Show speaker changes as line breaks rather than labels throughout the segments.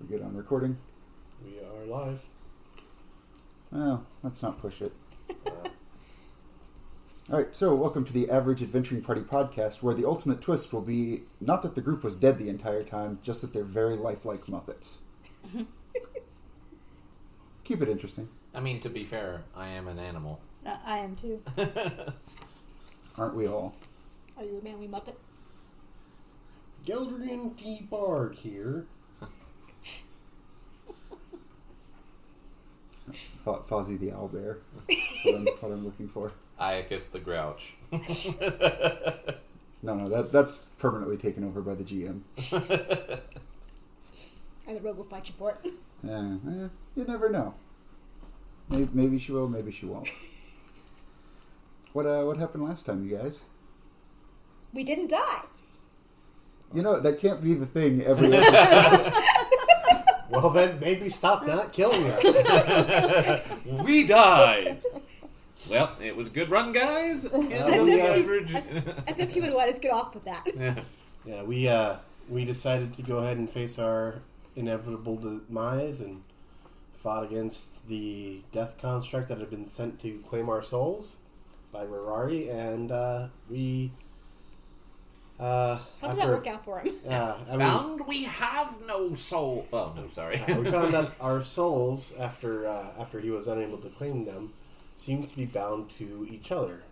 We good on recording?
We are live.
Well, let's not push it.
Uh,
All right, so welcome to the Average Adventuring Party podcast, where the ultimate twist will be not that the group was dead the entire time, just that they're very lifelike Muppets. Keep it interesting.
I mean, to be fair, I am an animal.
Uh, I am too.
Aren't we all?
Are you the man we Muppet?
Geldrian D. Bard here.
Fo- Fozzie the Owlbear. That's what I'm, what I'm looking for.
Iacus the Grouch.
No, no, that, that's permanently taken over by the GM.
And the rogue will fight you for it.
Yeah, eh, you never know. Maybe, maybe she will, maybe she won't. What uh, what happened last time, you guys?
We didn't die.
You know that can't be the thing every episode.
Well, then maybe stop not killing us. Uh,
we died! Well, it was a good run, guys.
As
if-
Yeah.
As if he would let us get off with that.
yeah, we uh, we decided to go ahead and face our inevitable demise and fought against the death construct that had been sent to claim our souls by Rarari, and uh, we. Uh,
How does that work out for him?
Yeah, I mean,
Found we have no soul. Oh, no, sorry.
Uh, we found that our souls, after uh, after he was unable to claim them, seemed to be bound to each other.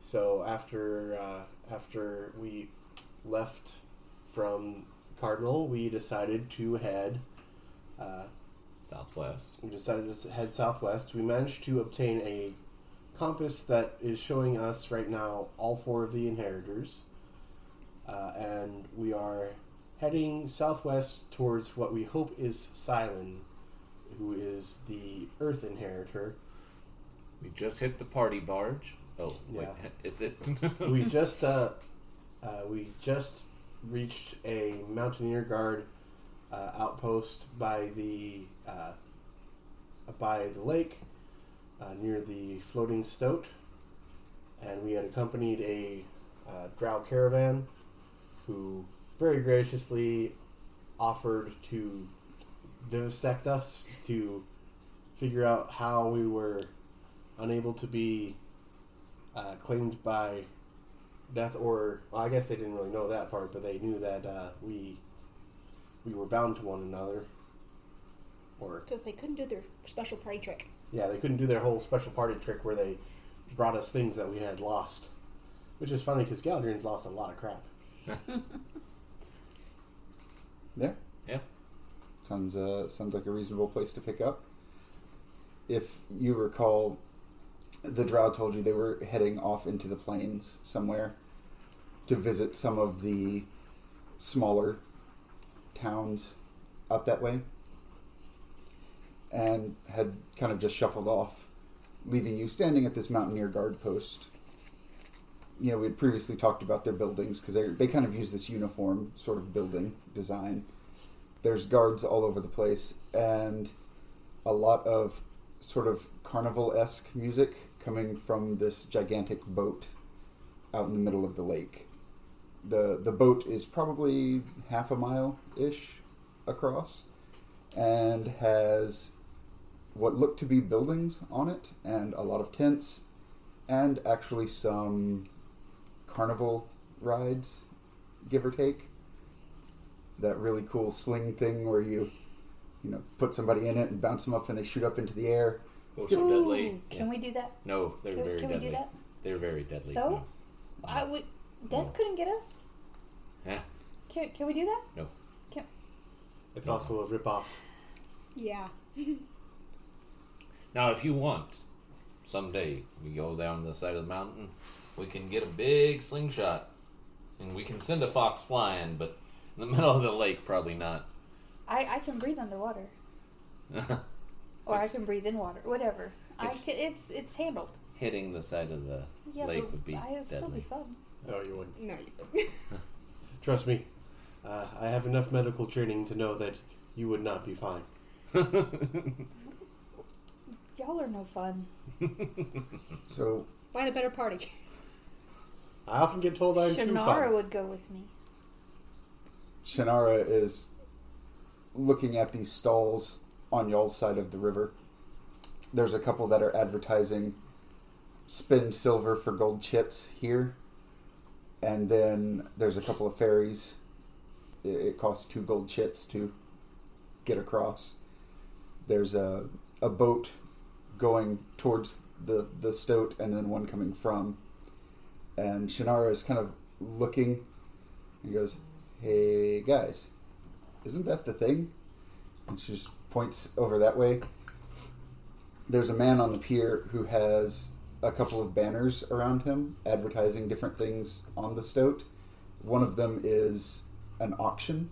So after uh, after we left from Cardinal, we decided to head uh,
Southwest.
we decided to head southwest. We managed to obtain a compass that is showing us right now all four of the inheritors. Uh, and we are heading southwest towards what we hope is Cylon, who is the Earth inheritor.
We just hit the party barge. Oh, wait,
Yeah.
is it?
we just uh, uh, we just reached a mountaineer guard uh, outpost by the uh, by the lake uh, near the floating stoat, and we had accompanied a uh, drow caravan who very graciously offered to vivisect us to figure out how we were unable to be uh, claimed by death or well, I guess they didn't really know that part, but they knew that uh, we we were bound to one another. Or
Because they couldn't do their special party trick.
yeah, they couldn't do their whole special party trick where they brought us things that we had lost, which is funny because Galadriel's lost a lot of crap.
yeah,
yeah.
sounds uh, sounds like a reasonable place to pick up. If you recall, the Drow told you they were heading off into the plains somewhere to visit some of the smaller towns out that way, and had kind of just shuffled off, leaving you standing at this mountaineer guard post. You know, we had previously talked about their buildings because they they kind of use this uniform sort of building design there's guards all over the place and a lot of sort of carnival-esque music coming from this gigantic boat out in the middle of the lake the the boat is probably half a mile ish across and has what look to be buildings on it and a lot of tents and actually some carnival rides give or take that really cool sling thing where you you know put somebody in it and bounce them up and they shoot up into the air
Oh, so deadly. Yeah.
Can we do that?
No, they're
Can-
very
can we do
deadly.
that?
They're very deadly.
So, I would. Death couldn't get us.
No. Eh,
Can, can we do that?
no.
It's also a ripoff.
Yeah.
Now, if you want, someday we go down the side of the mountain, we can get a big slingshot, and we can send a fox flying, but in the middle of the lake, probably not.
I, I can breathe underwater, or
It's-
I can breathe in water. Whatever. I
It's-
can, it's it's handled.
Hitting the side of the
Yeah,
lake
but
would be
I, it'd still
deadly.
be fun.
No, Oh, you wouldn't.
No, you don't.
Trust me. Uh, I have enough medical training to know that you would not be fine.
Y'all are no fun.
so
Find a better party.
I often get told I'm too
Shannara
fine.
would go with me.
Shannara is looking at these stalls on y'all's side of the river. There's a couple that are advertising spend silver for gold chits here. And then there's a couple of ferries. It, it costs two gold chits to get across. There's a, a boat going towards the, the stoat and then one coming from. And Shannara is kind of looking and goes, Hey guys, isn't that the thing? And she just points over that way. There's a man on the pier who has a couple of banners around him advertising different things on the stoat. One of them is an auction,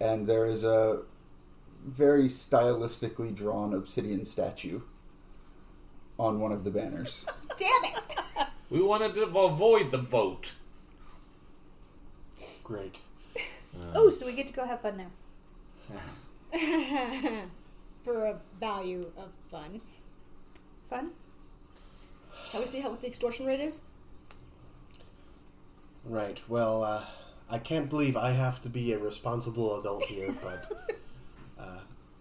and there is a very stylistically drawn obsidian statue on one of the banners.
Damn it!
We wanted to avoid the boat.
Great.
Oh, so we get to go have fun now.
For a value of fun.
Fun?
Shall we see how what the extortion rate is?
Right. Well, uh, I can't believe I have to be a responsible adult here, but uh,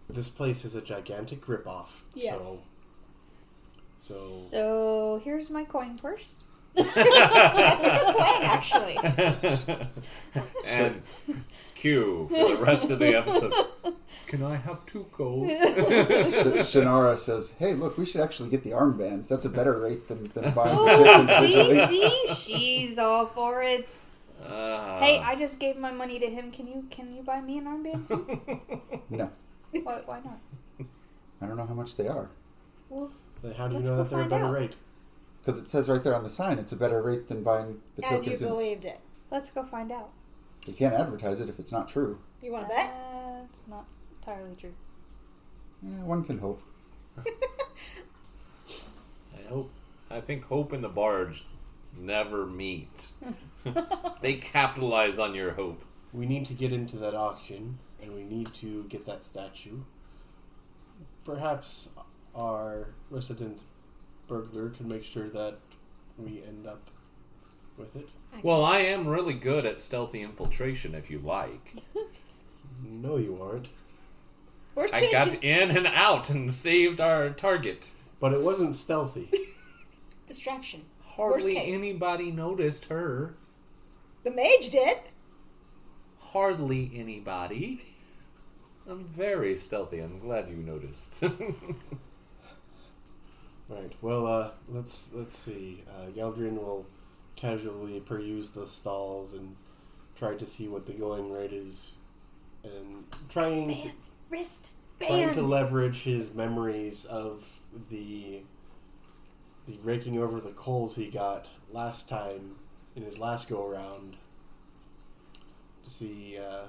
this place is a gigantic ripoff.
Yes.
So,
Oh.
so
So here's my coin purse.
Plan actually.
Uh, and Q for the rest of the episode. Can I have two gold?
Sh- Shannara says, "Hey, look, we should actually get the armbands. That's a better rate than, than buying the
Oh,
chips
see,
individually."
see, she's all for it.
Ah.
Hey, I just gave my money to him. Can you can you buy me an armband? too?
No,
why, why not?
I don't know how much they are
Well,
then how do you
Let's
know
go
that they're a
find
better
out.
rate?
because it says right there on the sign it's a better rate than buying the
and you
tokens. in-
believed it.
let's go find out.
They can't advertise it if it's not true.
You want to bet?
That's Uh, not entirely true.
Yeah, one can hope.
I hope. I think hope and the barge never meet. they capitalize on your hope.
We need to get into that auction, and we need to get that statue. Perhaps our resident burglar can make sure that we end up with it.
Well, I am really good at stealthy infiltration. If you like,
No, you aren't.
Worst
I
case,
got in and out and saved our target.
But it wasn't stealthy.
distraction. Worst
Hardly
case.
anybody noticed her.
The mage did.
Hardly anybody. I'm very stealthy. I'm glad you noticed.
Right. Well, uh, let's let's see. Uh, Galdrian will casually peruse the stalls and try to see what the going rate is, and trying to,
Wristband, wrist
trying to
band.
leverage his memories of the the raking over the coals he got last time in his last go around to see uh,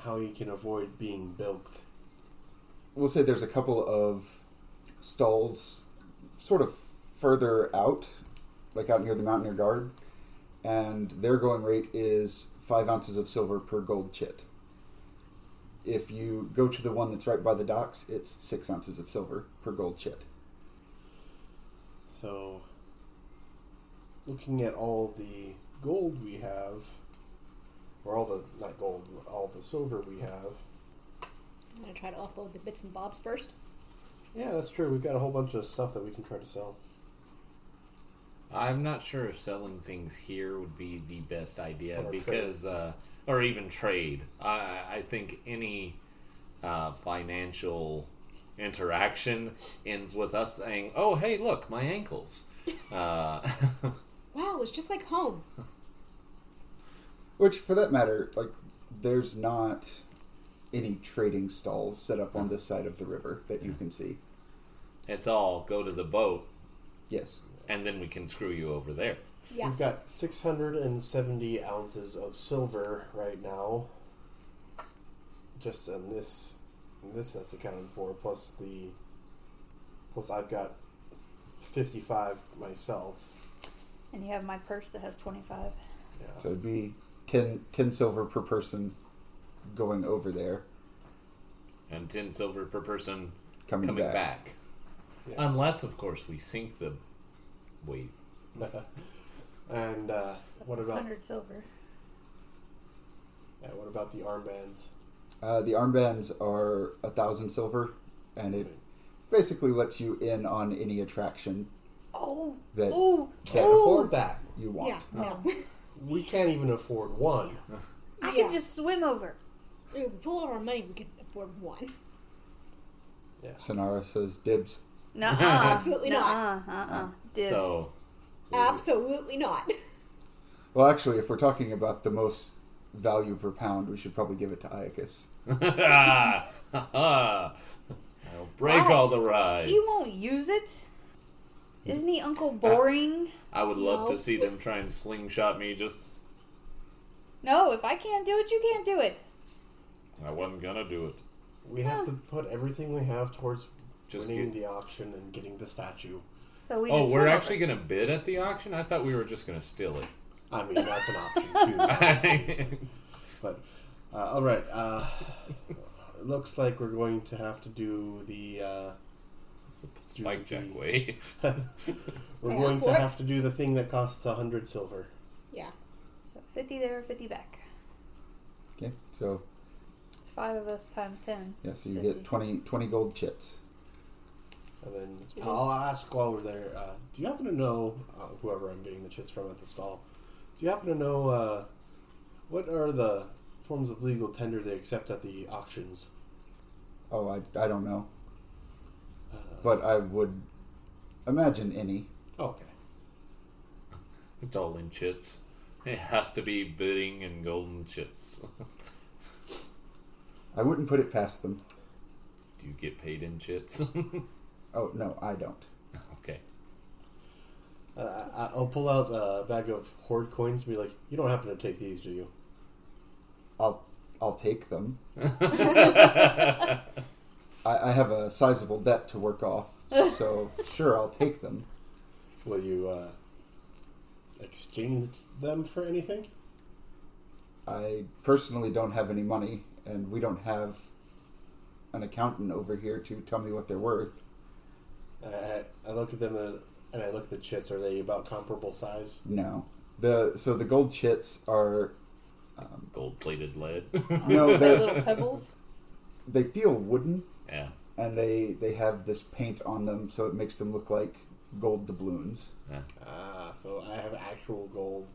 how he can avoid being bilked.
We'll say there's a couple of stalls, sort of further out, like out near the Mountaineer Guard, and their going rate is five ounces of silver per gold chit. If you go to the one that's right by the docks, it's six ounces of silver per gold chit.
So, looking at all the gold we have, or all the, not gold, all the silver we have.
I'm gonna try to offload the bits and bobs first.
Yeah, that's true. We've got a whole bunch of stuff that we can try to sell.
I'm not sure if selling things here would be the best idea
Or trade.
because, uh, or even trade. I, I think any uh, financial interaction ends with us saying, "Oh, hey, look, my ankles." Uh,
Wow, it's just like home.
Which, for that matter, like there's not any trading stalls set up on this side of the river that you can see.
it's all go to the boat,
Yes.
and then we can screw you over there.
Yeah.
We've got 670 ounces of silver right now. Just in this, in this that's accounted for, plus the, plus I've got 55 myself.
And you have my purse that has twenty five.
Yeah.
So it'd be 10, 10 silver per person going over there,
and ten silver per person
coming,
coming back.
back.
Yeah.
Unless, of course, we sink the. Wait,
and uh, what about
hundred silver?
Yeah, what about the armbands?
Uh, the armbands are a thousand silver, and it basically lets you in on any attraction
Oh.
that
Oh.
can't
Ooh,
afford
that.
you want.
Yeah. No.
We can't even afford one.
I
Yeah.
can just swim over.
if we pull out our money, we could afford one.
Sonara says dibs.
No,
Absolutely
not. Uh, uh, dibs.
So
Absolutely not.
Well, actually, if we're talking about the most value per pound, we should probably give it to Iacus.
I'll break
Why?
all the rides.
He won't use it. Isn't he Uncle Boring?
I would love
No.
to see them try and slingshot me. Just
No, if I can't do it, you can't do it.
I wasn't gonna do it.
We have to put everything we have towards
Just
winning
get-
the auction and getting the statue.
So we.
oh,
just
we're
swim
actually
Over.
gonna bid at the auction. I thought we were just gonna steal it.
I mean, that's an option too. But uh, all right, uh, it looks like we're going to have to do the. Uh,
it's a spike jack way.
we're
Yeah,
going to
what?
have to do the thing that costs a hundred silver.
yeah.
So fifty there, fifty back.
Okay, so
It's five of us times ten.
yeah, so you
Fifty.
get 20, 20 gold chits.
And then
Mm-hmm.
I'll ask while we're there. Uh, do you happen to know uh, whoever I'm getting the chits from at the stall? Do you happen to know uh, what are the forms of legal tender they accept at the auctions?
Oh, I, I don't know, but I would imagine any.
Oh, okay.
It's all in chits. It has to be bidding and golden chits.
I wouldn't put it past them.
Do you get paid in chits?
Oh no, I don't.
okay.
Uh, I- I'll pull out a bag of hoard coins and be like, "You don't happen to take these, do you?"
I'll I'll take them. I, I have a sizable debt to work off, so sure I'll take them.
Will you uh, exchange them for anything?
I personally don't have any money, and we don't have an accountant over here to tell me what they're worth.
I, I look at them uh, and I look at the chits. Are they about comparable size?
No, the so the gold chits are
Gold plated lead.
no
Like
they
little pebbles.
they feel wooden,
yeah.
and they they have this paint on them, so it makes them look like gold doubloons.
yeah.
Ah, so I have actual gold,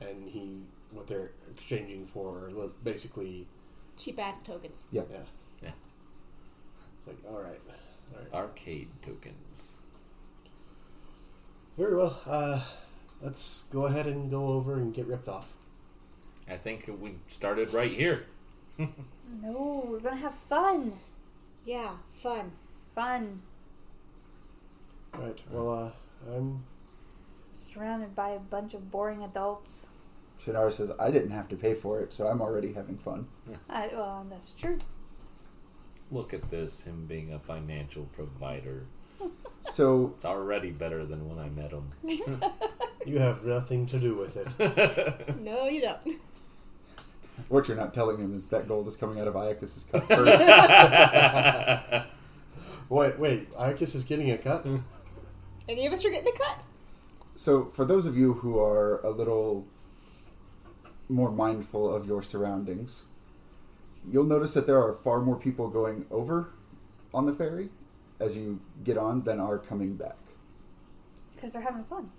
and he's what they're exchanging for. are li- Basically,
Cheap ass tokens.
Yeah,
yeah.
Yeah.
It's like all right, all right,
Arcade tokens.
very well. Uh, let's go ahead and go over and get ripped off.
I think we started right here.
No, we're gonna have fun.
Yeah. Fun.
Fun.
All right. Well, uh, I'm
Surrounded by a bunch of boring adults.
Shadara says I didn't have to pay for it, so I'm already having fun.
I, well, that's true.
Look at this, him being a financial provider.
So
It's already better than when I met him.
you have nothing to do with it.
No, you don't.
what you're not telling him is that gold is coming out of Iacus's cup first.
wait, wait. Arcus is getting a cut.
Any of us are getting a cut?
So, for those of you who are a little more mindful of your surroundings, you'll notice that there are far more people going over on the ferry as you get on than are coming back.
Because they're having fun.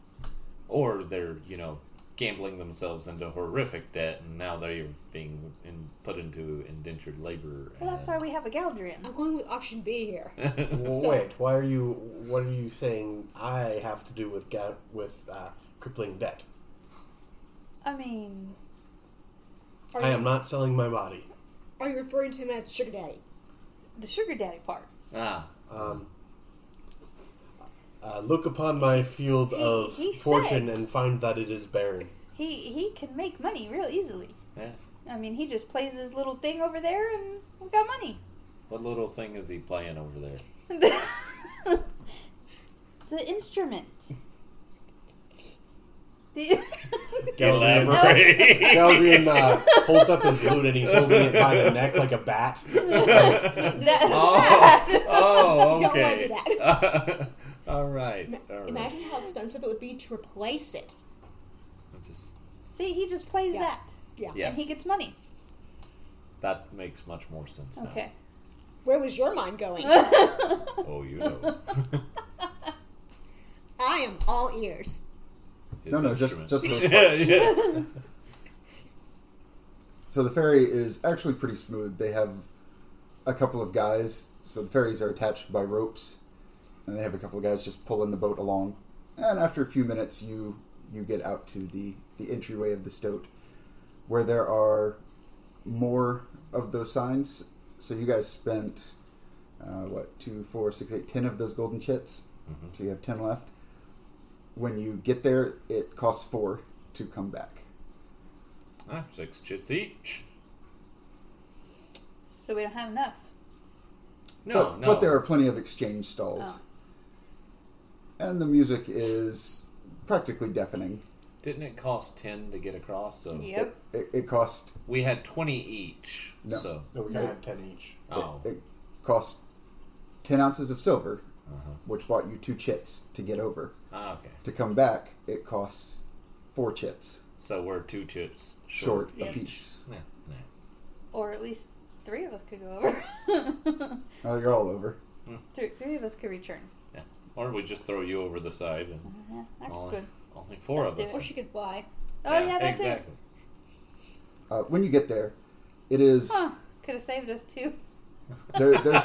or they're, you know, gambling themselves into horrific debt and now they're being in, put into indentured labor.
Well, that's why we have a Galdrian.
I'm going with option B here.
Well,
So-
wait, why are you? What are you saying? I have to do with ga- with uh, crippling debt.
I mean,
Are
I
you,
am not selling my body.
Are you referring to him as sugar daddy?
the sugar daddy part.
Ah,
Um, uh, look upon my field of
He- he
fortune
said-
and find that it is barren.
He he can make money real easily.
yeah.
I mean, he just plays his little thing over there, and we got money.
What little thing is he playing over there?
the instrument. The
Galdrian,
Elaborate.
Galdrian uh, holds up his loot and he's holding it by the neck like a bat.
that,
oh, oh,
Don't wanna
okay.
do
all right. All right.
Imagine how expensive it would be to replace it.
I'm just,
see, he just plays
Yeah.
that,
Yeah.
yes.
and he gets money.
That makes much more sense now.
Okay.
Where was your mind going?
Oh, you know.
I am all ears.
His
No, no, just
instrument.
just those
yeah,
parts.
yeah.
So the ferry is actually pretty smooth. They have a couple of guys. So the ferries are attached by ropes, and they have a couple of guys just pulling the boat along. And after a few minutes, you you get out to the the entryway of the stoat, where there are more of those signs. So you guys spent uh, what two, four, six, eight, ten of those golden chits. So you have ten left. When you get there, it costs four to come back.
Ah, six chits each.
So we don't have enough.
No,
but,
no.
but there are plenty of exchange stalls.
Oh.
Oh.
And the music is practically deafening.
Didn't it cost ten to get across? So
Yep.
It, it cost
we had twenty each.
No.
So
No, we gotta have ten each.
oh,
it, it cost ten ounces of silver, which bought you two chits to get over.
uh-huh. ah, okay.
To come back, it costs four chits
So we're two chits
short
short.
a
Yeah.
piece.
Yeah, yeah.
Or at least three of us could go over.
Oh, you're all over.
three, three of us could return.
Yeah. Or we just throw you over the side and
Yeah, I can
only,
swim.
only four
Let's
of
do
us.
Or she could fly.
Oh yeah, that's
exactly.
Uh, when you get there, it is
it. Huh. Could have saved us too.
there, there's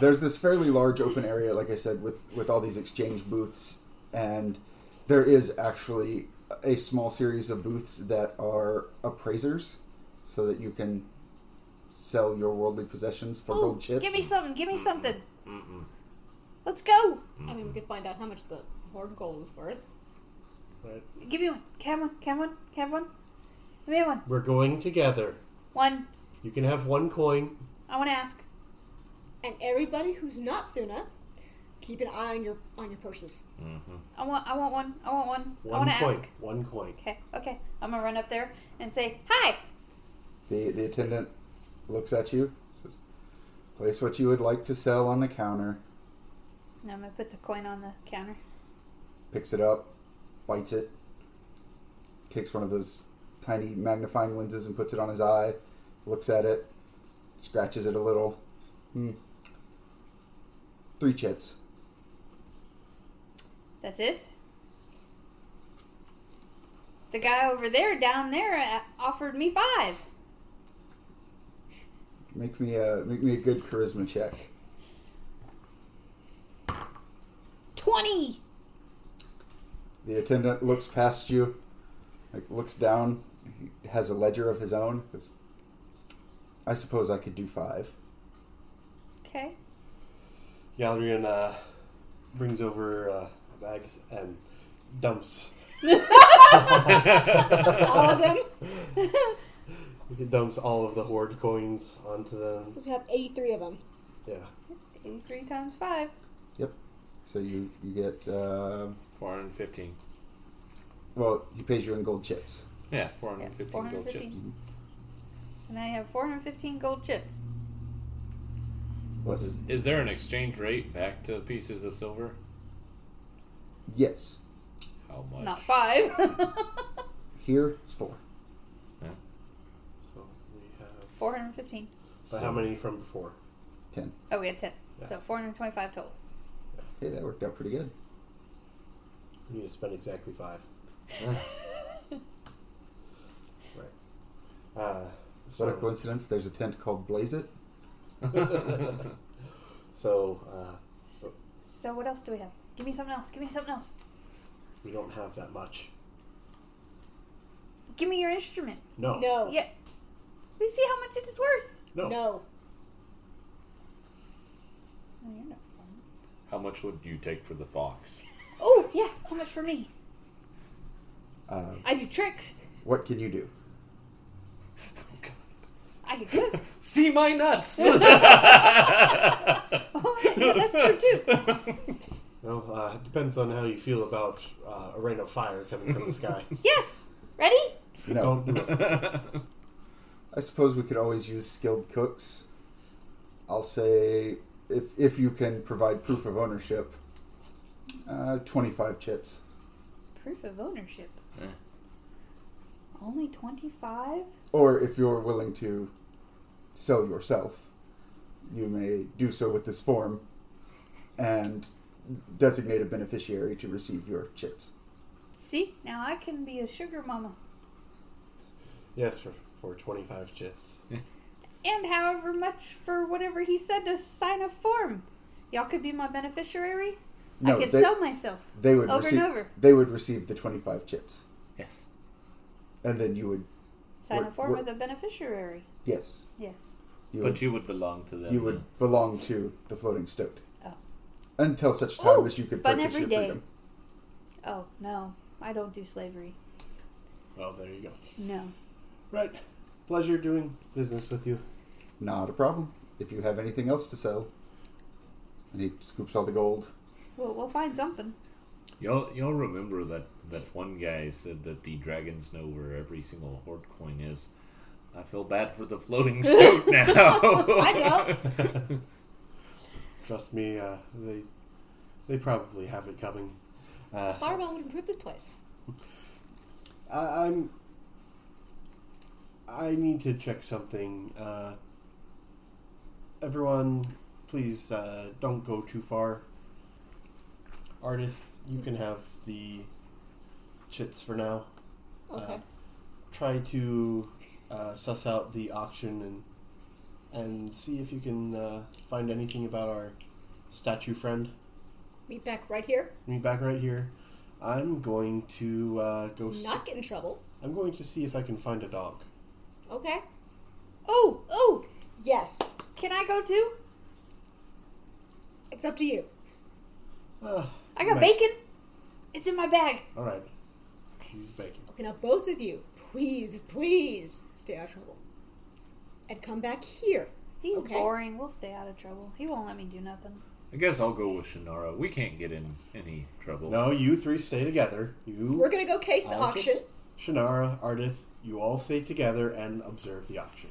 there's this fairly large open area, like I said, with with all these exchange booths, and there is actually a small series of booths that are appraisers, so that you can sell your worldly possessions for
Ooh,
gold chips.
give me something. Give me something. Let's go.
I mean, we could find out how much the hoard gold is worth.
Right.
Give me one. Can one. Can one. Can one. Give me one.
We're going together.
One.
You can have one coin.
I want to ask.
And everybody who's not Suna, keep an eye on your on your purses.
I want. I want one. I want one. I
One
want to
coin.
ask.
One coin.
Okay. Okay. I'm gonna run up there and say hi.
The the attendant looks at you, says, "Place what you would like to sell on the counter."
And I'm gonna put the coin on the counter.
Picks it up, bites it, takes one of those tiny magnifying lenses and puts it on his eye, looks at it, scratches it a little. Hmm. Three chits.
That's it. The guy over there, down there, uh, offered me five.
Make me a make me a good charisma check.
Twenty.
The attendant looks past you, like looks down. He has a ledger of his own. Goes, I suppose I could do five.
Okay.
Galerian uh, brings over uh, bags and dumps.
All of them.
He dumps all of the hoard coins onto them.
We have 83 of them.
Yeah.
Eighty-three times five.
Yep. So you you get uh,
Four hundred fifteen.
well. He pays you in gold chits.
Yeah, four hundred
Yeah,
fifteen gold chips.
415. So now you have 415 gold chips.
What
Is, is there an exchange rate back to pieces of silver?
Yes.
How much?
Not five.
Here it's four.
Yeah.
So we have.
415.
But how many from before?
Ten.
Oh, we had 10.
Yeah.
So 425 total.
Hey, that worked out pretty good.
We need to spend exactly five. right. Uh,
What a
so
coincidence. There's a tent called Blaze It.
so uh,
So what else do we have? Give me something else. Give me something else.
we don't have that much.
Give me your instrument.
No.
No.
Yeah. We see how much it is worth.
No.
No.
Oh, you're not fun.
How much would you take for the fox?
Oh, yeah. How much for me?
Uh,
I do tricks.
what can you do?
I can cook.
See my nuts.
oh, yeah, that's true too.
No, uh, it depends on how you feel about uh, a rain of fire coming from the sky.
Yes. Ready?
No.
Don't do it.
I suppose we could always use skilled cooks. I'll say if if you can provide proof of ownership. Uh, Twenty five chits.
Proof of ownership.
Yeah.
Oh, Only 25?
Or if you're willing to sell yourself, you may do so with this form and designate a beneficiary to receive your chits.
See, now I can be a sugar mama.
Yes, for, for 25 chits.
And however much for whatever he said to sign a form. Y'all could be my beneficiary. I could
they,
sell myself.
they would
over
receive,
and over.
They would receive the 25 chits.
Yes.
And then you would,
Sign a
We're-
form
we're-
with a beneficiary.
yes,
Yes.
you would,
But you would belong to them.
you would belong to the floating stoat.
Oh.
Until such time
Ooh,
as you could
fun
purchase
every
your
day.
freedom.
Oh, no. I don't do slavery.
Well, there you go.
No.
Right. Pleasure doing business with you.
Not a problem. If you have anything else to sell. And he scoops all the gold.
Well, we'll find something.
Y'all, y'all remember that, that one guy said that the dragons know where every single horde coin is. I feel bad for the floating stoat now.
I oh,
don't.
Trust me, uh, they they probably have it coming. Uh,
Fireball would improve this place.
I, I'm. I need to check something. Uh, everyone, please uh, don't go too far. Ardith, you can have the chits for now.
Okay.
Uh, try to uh, suss out the auction and and see if you can uh, find anything about our statue friend.
Meet back right here.
Me back right here. I'm going to uh, go. s
Not get in trouble.
I'm going to see if I can find a dog.
Okay.
Oh, oh!
Yes.
Can I go too?
It's up to you.
Ah,
I got
right.
bacon. It's in my bag.
All right, he's baking.
Okay, now both of you, please, please stay out of trouble. And come back here.
He's
Okay.
boring. We'll stay out of trouble. He won't let me do nothing.
I guess I'll go with Shannara. We can't get in any trouble.
No, you three stay together. You,
We're gonna go case the auction.
Alkis, Shannara, Ardith, you all stay together and observe the auction.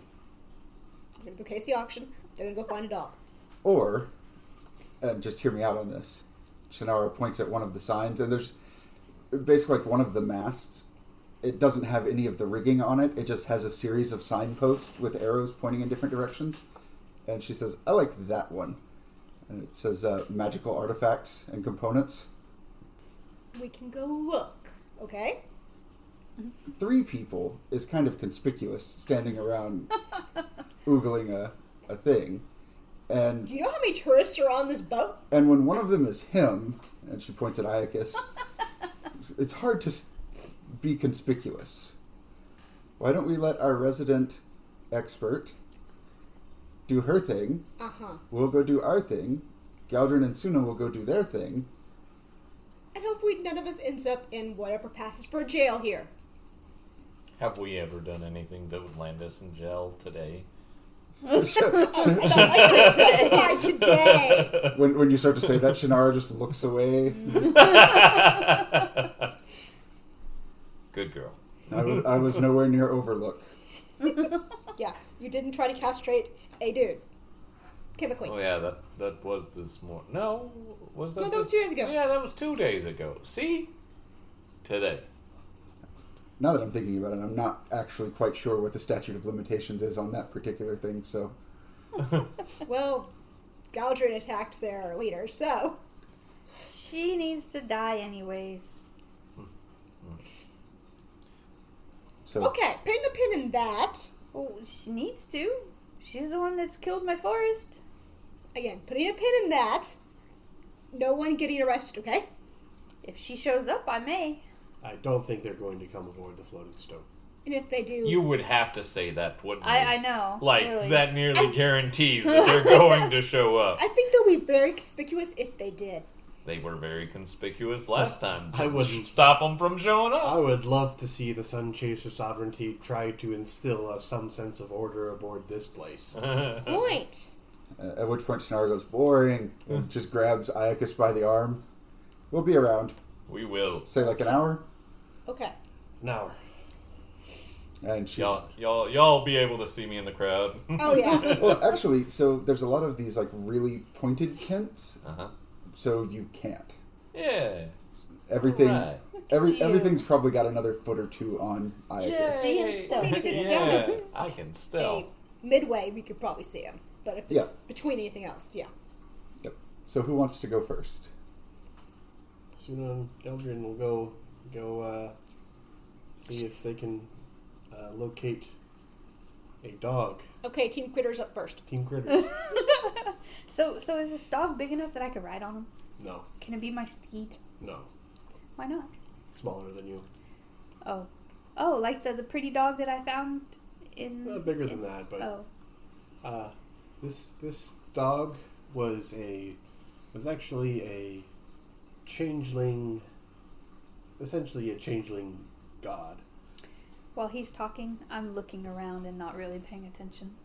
We're gonna go case the auction. They're gonna go find a dog.
Or, and just hear me out on this, Shannara points at one of the signs, and there's basically like one of the masts. It doesn't have any of the rigging on it, it just has a series of signposts with arrows pointing in different directions. And she says, I like that one. And it says uh, magical artifacts and components.
We can go look. Okay.
Three people is kind of conspicuous standing around oogling a, a thing. And
Do you know how many tourists are on this boat?
And when one of them is him, and she points at Iacus, it's hard to s- be conspicuous. Why don't we let our resident expert do her thing?
Uh huh.
We'll go do our thing. Galdrin and Suna will go do their thing.
And hopefully none of us ends up in whatever passes for jail here.
Have we ever done anything that would land us in jail today?
I couldn't specify today.
When, when you start to say that, Shannara just looks away.
Good girl.
I was, I was nowhere near Overlook.
Yeah, you didn't try to castrate a dude. Chemically.
Oh yeah, that that was this morning. No, was that?
No, that was
this-
two days ago.
Yeah, that was two days ago. See, today.
Now that I'm thinking about it, I'm not actually quite sure what the statute of limitations is on that particular thing, so.
Well, Galdrin attacked their leader, so.
She needs to die anyways.
so
Okay, putting a pin in that.
Well, Oh, she needs to. She's the one that's killed my forest.
Again, putting a pin in that. No one getting arrested, okay?
If she shows up, I may.
I don't think they're going to come aboard the floating stone.
And if they do,
You would have to say that, wouldn't
Mm.
you?
I, I know.
Like
really.
that nearly
I-
guarantees that they're going to show up.
I think they'll be very conspicuous if they did.
They were very conspicuous last time.
I wouldn't-
stop them from showing
I
up.
would love to see the Sun Chaser Sovereignty try to instill uh, some sense of order aboard this place.
Uh-huh.
Point.
Uh, at which point Shannara goes, boring, and just grabs Iacus by the arm. We'll be around,
we will.
say like an hour,
Okay.
An hour.
and she.
Y'all, y'all, y'all be able to see me in the crowd.
Oh, yeah.
Well, actually, so there's a lot of these like really pointed tents,
uh huh.
so you can't.
Yeah.
Everything
Right.
Every
you.
everything's probably got another foot or two on Iacus.
She can still.
We can still.
yeah, I can still.
Hey, midway, we could probably see him. But if it's between anything else, yeah.
Yep. So who wants to go first?
Suna and Eldrin will go go uh, see if they can uh, locate a dog.
Okay, Team Quitter's up first.
Team Critter.
so, so is this dog big enough that I could ride on him?
no,
Can it be my steed?
no,
Why not?
smaller than you.
Oh, oh, like the the pretty dog that I found in.
Uh, bigger
in-
than that, but
Oh,
uh, this this dog was a was actually a changeling, essentially a changeling god.
while he's talking, I'm looking around and not really paying attention.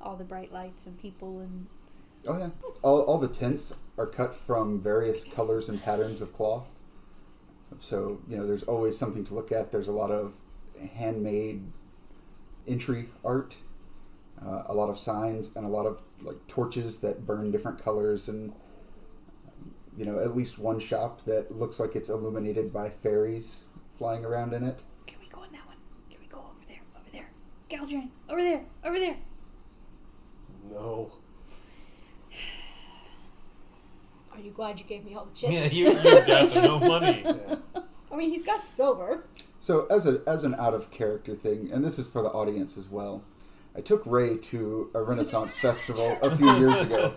All the bright lights and people and
Oh yeah. All, all the tents are cut from various colors and patterns of cloth. So, you know, there's always something to look at. There's a lot of handmade entry art, uh, a lot of signs, and a lot of like torches that burn different colors and you know, at least one shop that looks like it's illuminated by fairies flying around in it.
Can we go in that one? Can we go over there? Over there. Galdrin, over there, over there.
No,
Are you glad you gave me all the
Yeah,
chips?
you, you're down to no money.
I mean, he's got silver.
So as a as an out of character thing, and this is for the audience as well. I took Ray to a Renaissance festival a few years ago,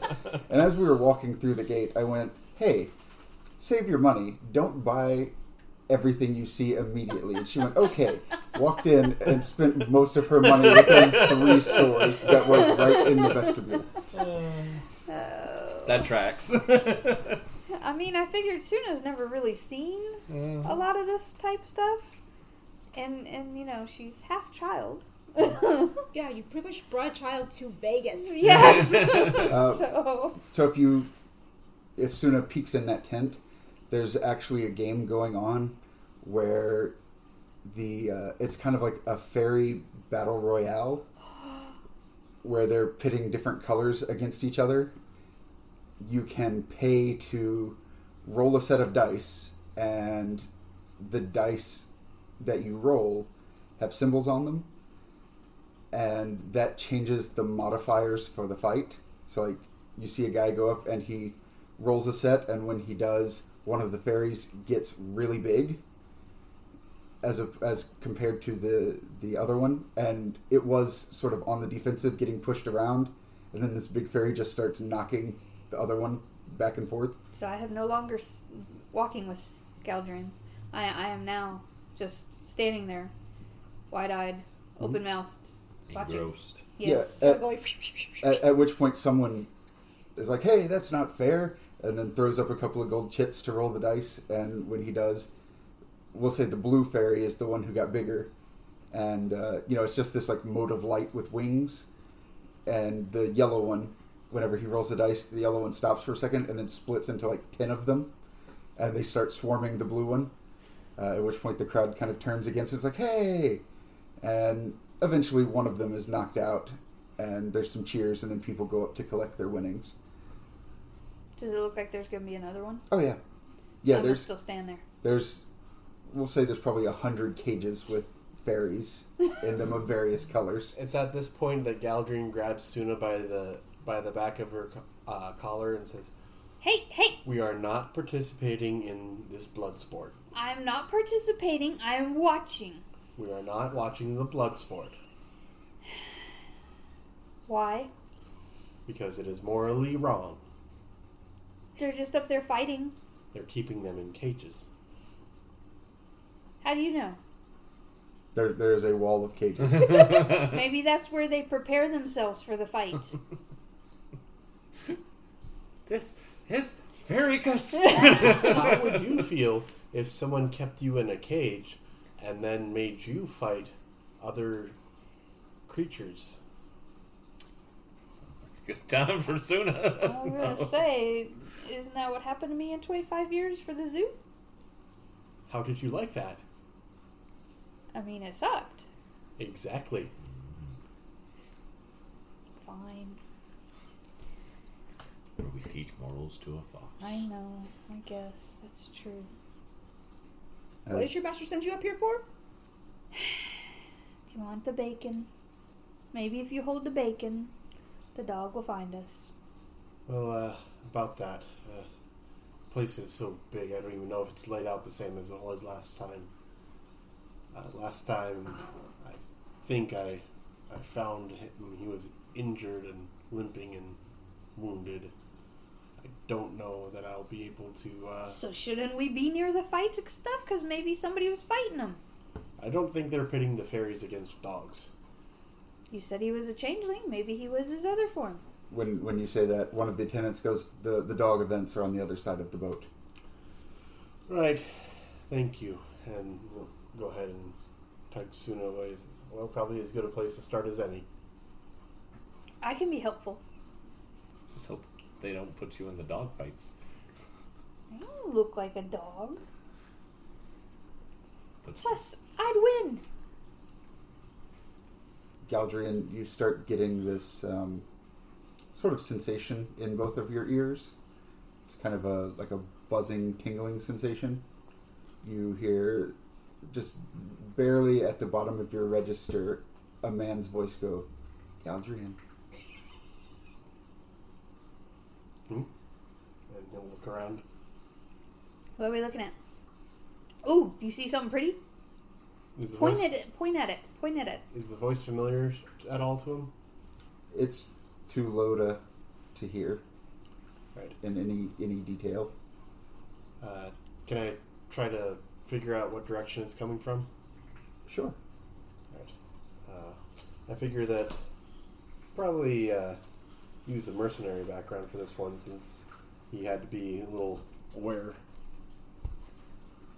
and as we were walking through the gate, I went, "Hey, save your money. Don't buy everything you see immediately." And she went, "Okay." Walked in and spent most of her money within three stores that were right in the vestibule.
That tracks.
I mean, I figured Suna's never really seen a lot of this type stuff, and and you know she's half child.
Yeah, you pretty much brought a child to Vegas.
yes.
Uh,
so
So if you if Suna peeks in that tent, there's actually a game going on where the uh, it's kind of like a fairy battle royale where they're pitting different colors against each other. You can pay to roll a set of dice, and the dice that you roll have symbols on them, and that changes the modifiers for the fight. So, like, you see a guy go up and he rolls a set, and when he does, one of the fairies gets really big as a, as compared to the the other one, and it was sort of on the defensive, getting pushed around, and then this big fairy just starts knocking the other one back and forth.
so I have no longer s- walking with Galdrin. I I am now just standing there, wide eyed, open mouthed, watching.
Engrossed.
Yes.
Mm-hmm. Yeah, uh,
So
at-
going.
At, at which point, someone is like, "Hey, that's not fair," and then throws up a couple of gold chits to roll the dice. And when he does, we'll say the blue fairy is the one who got bigger, and uh, you know it's just this like mode of light with wings. And the yellow one, whenever he rolls the dice, the yellow one stops for a second and then splits into like ten of them, and they start swarming the blue one. Uh, at which point, the crowd kind of turns against it. It's like, "Hey!" and eventually one of them is knocked out and there's some cheers and then people go up to collect their winnings
Does it look like there's gonna be another one?
oh yeah yeah
I'm
there's
still stand there.
there's we'll say there's probably a hundred cages with fairies in them of various colors
it's at this point that Galdrin grabs Suna by the by the back of her co- uh, collar and says,
Hey, hey!
"We are not participating in this blood sport.
I'm not participating. I am watching.
We are not watching the blood sport
Why?
because it is morally wrong.
They're just up there fighting.
They're keeping them in cages."
How do you know?
there, there's a wall of cages
Maybe that's where they prepare themselves for the fight.
This is varicose.
How would you feel if someone kept you in a cage and then made you fight other creatures?
Good time for
I was
Suna.
gonna say, isn't that what happened to me in 25 years for the zoo?
How did you like that?
I mean, it sucked.
Exactly.
Fine.
we teach morals to a fox.
I know. I guess that's true.
What did your master send you up here for?
Do you want the bacon? Maybe if you hold the bacon, the dog will find us.
Well, uh, about that. Uh, place is so big, I don't even know if it's laid out the same as it was last time. Uh, last time, I think I, I found him. He was injured and limping and wounded. I don't know that I'll be able to. Uh,
So shouldn't we be near the fights and stuff? Because maybe somebody was fighting him.
I don't think they're pitting the fairies against dogs.
You said he was a changeling. Maybe he was his other form.
When when you say that, one of the tenants goes, the, the dog events are on the other side of the boat.
Right. Thank you. And we'll go ahead and type Suna away. It's- Well, probably as good a place to start as any.
I can be helpful.
Just hope they don't put you in the dog fights.
I don't look like a dog.
But
Plus, I'd win.
Galdrian, you start getting this um, sort of sensation in both of your ears. It's kind of a like a buzzing, tingling sensation. You hear just barely at the bottom of your register a man's voice go, Galdrian.
And he'll Hmm? look around.
What are we looking at? Ooh, do you see something pretty?
Is the
Point
voice,
at it. Point at it. Point at it.
Is the voice familiar at all to him?
It's too low to, to hear
Right.
in any any detail.
Uh, can I try to figure out what direction it's coming from?
Sure.
Right. Uh, I figure that probably uh, use the mercenary background for this one since he had to be a little aware.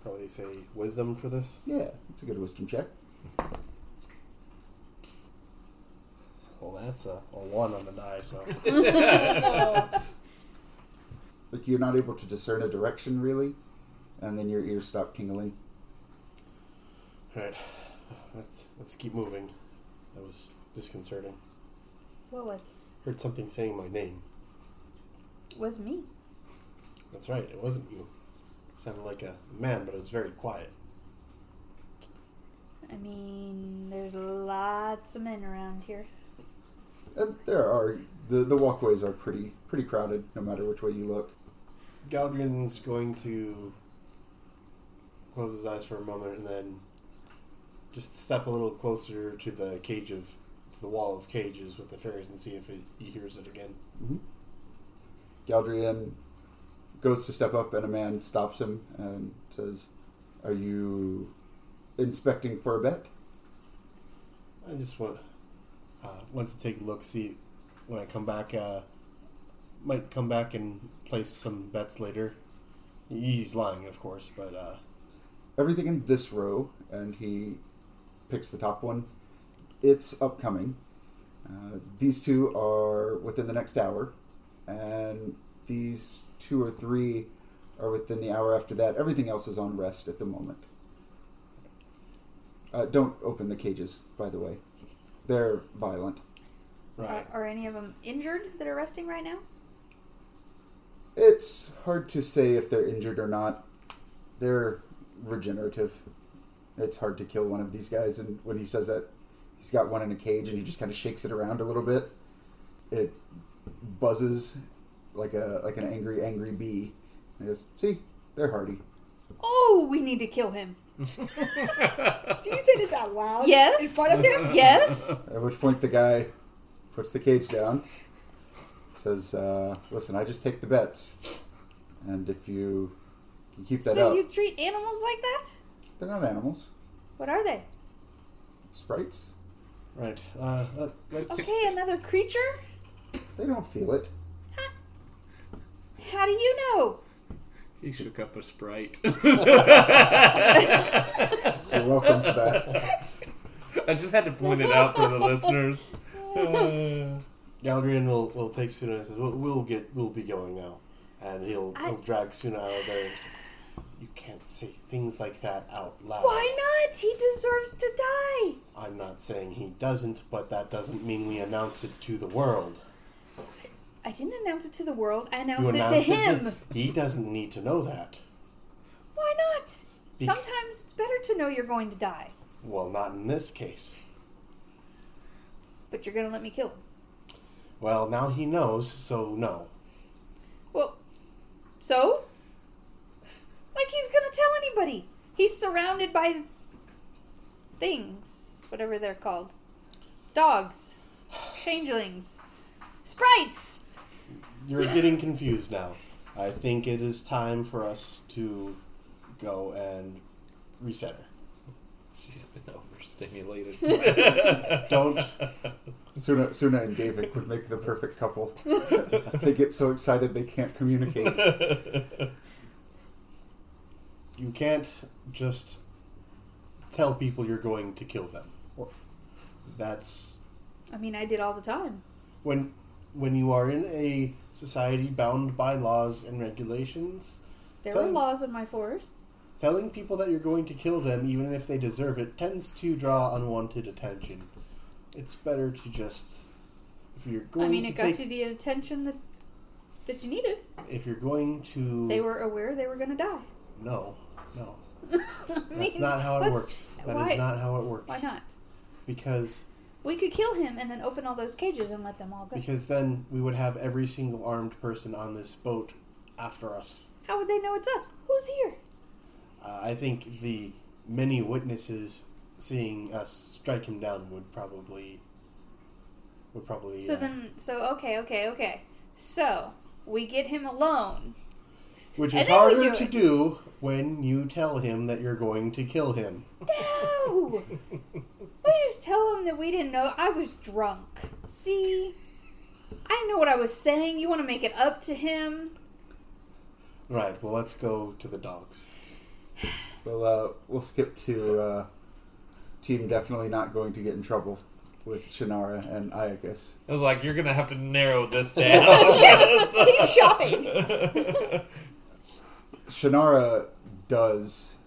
Probably say wisdom for this.
Yeah, it's a good wisdom check.
Well, that's a, a one on the die, so.
Like you're not able to discern a direction really, and then your ears stop tingling.
Alright, let's, let's keep moving. That was disconcerting.
What was?
Heard something saying my name.
Was me.
That's right, it wasn't you. Sounded like a man, but it was very quiet.
I mean, there's lots of men around here.
And Uh, there are the the walkways are pretty pretty crowded no matter which way you look.
Galdrian's going to close his eyes for a moment and then just step a little closer to the cage of to the wall of cages with the fairies and see if it, he hears it again.
Galdrian goes to step up and a man stops him and says, "Are you inspecting for a bet?"
I just want uh, want to take a look, see when I come back. Uh, might come back and place some bets later. He's lying, of course, but uh,
Everything in this row and he picks the top one. It's upcoming. Uh, these two are within the next hour and these two or three are within the hour after that. Everything else is on rest at the moment. Uh, don't open the cages, by the way. They're violent.
right.
Are, are any of them injured that are resting right now?
It's hard to say if they're injured or not. They're regenerative. It's hard to kill one of these guys, and when he says that, he's got one in a cage and he just kind of shakes it around a little bit. It buzzes like a like an angry angry bee. And he goes, "See, they're hardy."
Oh, we need to kill him.
Did you say this out loud?
Yes.
In front of him?
Yes.
At which point the guy puts the cage down, says, uh, "Listen, I just take the bets, and if you, you keep that
so
up,
you treat animals like that?
they're not animals,
What are they?
sprites."
Right. Uh, let, let's.
Okay, another creature?
They don't feel it.
How do you know?
he shook up a sprite.
You're welcome for that.
I just had to point it out for the listeners. Uh,
Galdrian will, will take Suna and says, we'll, we'll get we'll be going now, and he'll
I-
he'll drag Suna out of there. And say, you can't say things like that out loud.
Why not? He deserves to die.
I'm not saying he doesn't, but that doesn't mean we announce it to the world.
I didn't announce it to the world. I announced
You
it to
announced it
him.
He doesn't need to know that.
Why not?
Bec-
Sometimes it's better to know you're going to die,
well, not in this case.
but you're gonna let me kill.
Well, now he knows, so no.
Well, so? Like he's gonna tell anybody. He's surrounded by things, whatever they're called. Dogs, changelings, sprites.
You're getting confused now. I think it is time for us to go and reset her.
She's been overstimulated.
Don't.
Suna, Suna and David would make the perfect couple. they get so excited they can't communicate.
You can't just tell people you're going to kill them. That's
I mean, I did all the time.
when when you are in a society bound by laws and regulations,
There
Tell
were
him.
laws in my forest.
telling people that you're going to kill them even if they deserve it tends to draw unwanted attention. It's better to just if you're going
I mean,
to
it got
take
you the attention that that you needed.
if you're going to
They were aware they were gonna die.
no no
I
that's
mean,
not how it
what's-
works That is
why-
not how it works
Why not?
because
We could kill him and then open all those cages and let them all go.
because then we would have every single armed person on this boat after us
How would they know it's us? Who's here?
uh, I think the many witnesses seeing us strike him down would probably would probably
So
uh,
then, so okay, okay, okay. So we get him alone.
Which
And
is
then we
harder
do
to
it.
do when you tell him that you're going to kill him.
No, we just tell him that we didn't know. I was drunk. See, I didn't know what I was saying. You want to make it up to him?
Right, well, let's go to the dogs.
We'll uh, we'll skip to uh, team definitely not going to get in trouble with Shannara and Iacus.
I was like, you're gonna have to narrow this down. Team shopping.
Shannara does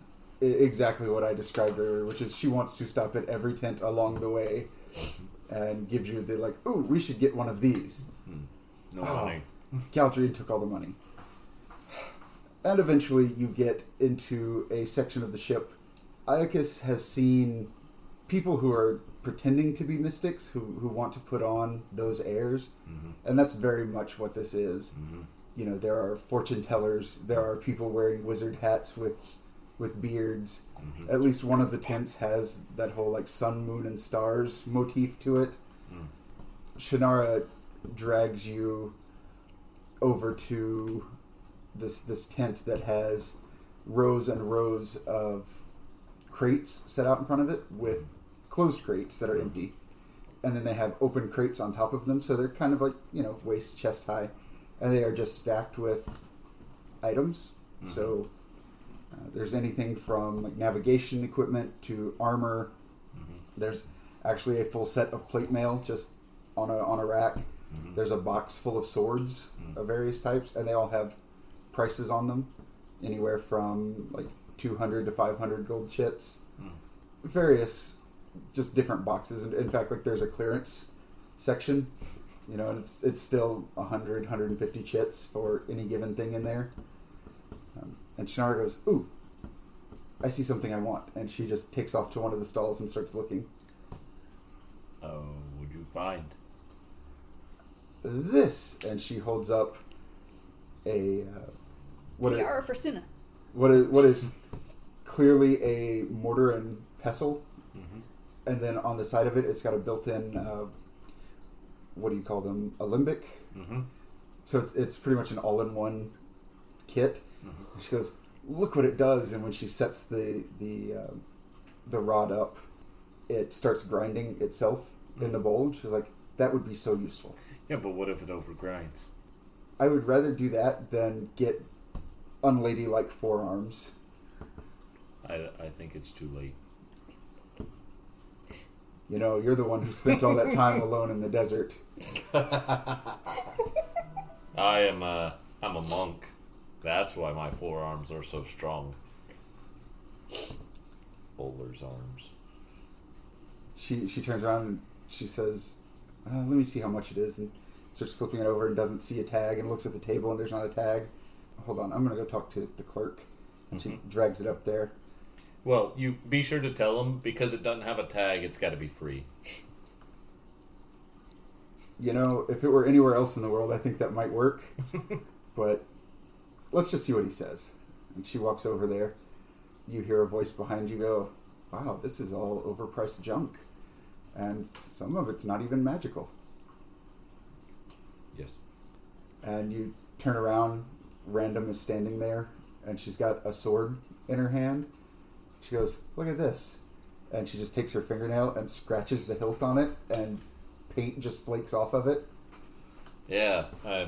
i- exactly what I described earlier, which is she wants to stop at every tent along the way and gives you the like, ooh, we should get one of these.
no
Oh.
money.
Galdrian took all the money. And eventually you get into a section of the ship. Iacus has seen people who are pretending to be mystics who, who want to put on those airs. And that's very much what this is. You know, there are fortune tellers, there are people wearing wizard hats with with beards. At least one of the tents has that whole like sun, moon and stars motif to it. Shannara drags you over to this this tent that has rows and rows of crates set out in front of it with closed crates that are empty and then they have open crates on top of them so they're kind of like you know waist chest high and they are just stacked with items so uh, there's anything from like navigation equipment to armor there's actually a full set of plate mail just on a on a rack. There's a box full of swords of various types, and they all have prices on them, anywhere from like 200 to 500 gold chits. Various, just different boxes. And in fact, like there's a clearance section, you know, and it's it's still 100, 150 chits for any given thing in there. Um, and Shannara goes, "Ooh, I see something I want," and she just takes off to one of the stalls and starts looking.
Oh, would you find?
this and she holds up a uh, what, i-
Tiara for Suna.
what, is, what is clearly a mortar and pestle and then on the side of it it's got a built-in uh, what do you call them a limbic
Mm-hmm.
so it's, it's pretty much an all-in-one kit she goes look what it does and when she sets the the uh, the rod up it starts grinding itself in the bowl she's like that would be so useful
Yeah, but what if it overgrinds?
I would rather do that than get unladylike forearms.
I, I think it's too late.
You know, you're the one who spent all that time alone in the desert.
I am a I'm a monk. That's why my forearms are so strong. Bowler's arms.
She she turns around and she says, uh, "Let me see how much it is," and starts flipping it over and doesn't see a tag and looks at the table and there's not a tag. Hold on, I'm gonna go talk to the clerk. And she drags it up there.
Well, you be sure to tell them because it doesn't have a tag. It's got to be free.
You know, if it were anywhere else in the world, I think that might work. but let's just see what he says. And she walks over there. You hear a voice behind you go, Wow, this is all overpriced junk. And some of it's not even magical.
Yes.
and you turn around. Random is standing there, and she's got a sword in her hand. She goes, "Look at this," and she just takes her fingernail and scratches the hilt on it, and paint just flakes off of it.
Yeah. Uh,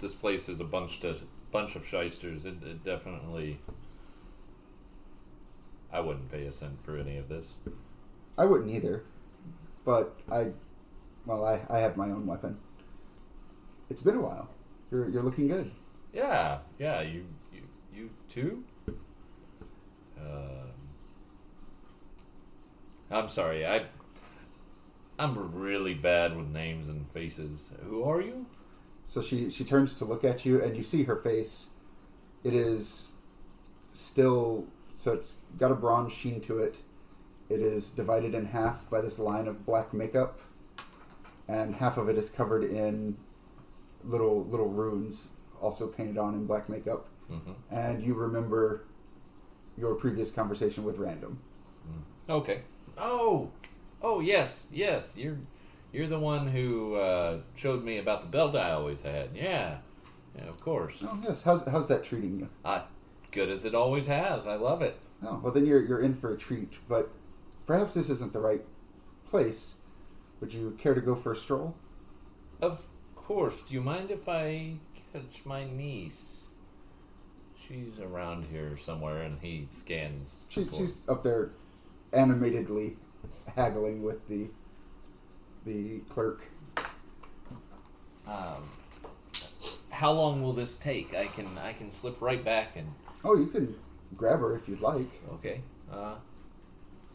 this place is a bunch to bunch of shysters. It, it definitely. I wouldn't pay a cent for any of this.
I wouldn't either, but I, well, I, I have my own weapon. It's been a while. You're you're looking good.
Yeah, yeah. You, you, you too. Um, I'm sorry. I, I'm really bad with names and faces. Who are you?
So she she turns to look at you, and you see her face. It is still so it's got a bronze sheen to it. It is divided in half by this line of black makeup, and half of it is covered in little little runes, also painted on in black makeup.
Mm-hmm.
And you remember your previous conversation with Random.
Okay. Oh, oh yes, yes. You're, you're the one who uh, showed me about the belt I always had. Yeah, yeah. Of course.
Oh yes, how's how's that treating you?
I, good as it always has. I love it.
Oh, well, then you're, you're in for a treat, but perhaps this isn't the right place. Would you care to go for a stroll?
Of course. Do you mind if I catch my niece? She's around here somewhere, and he scans.
She,
for-
she's up there animatedly haggling with the the clerk.
Um, how long will this take? I can I can slip right back and
Oh, you can grab her if you'd like.
okay. Uh,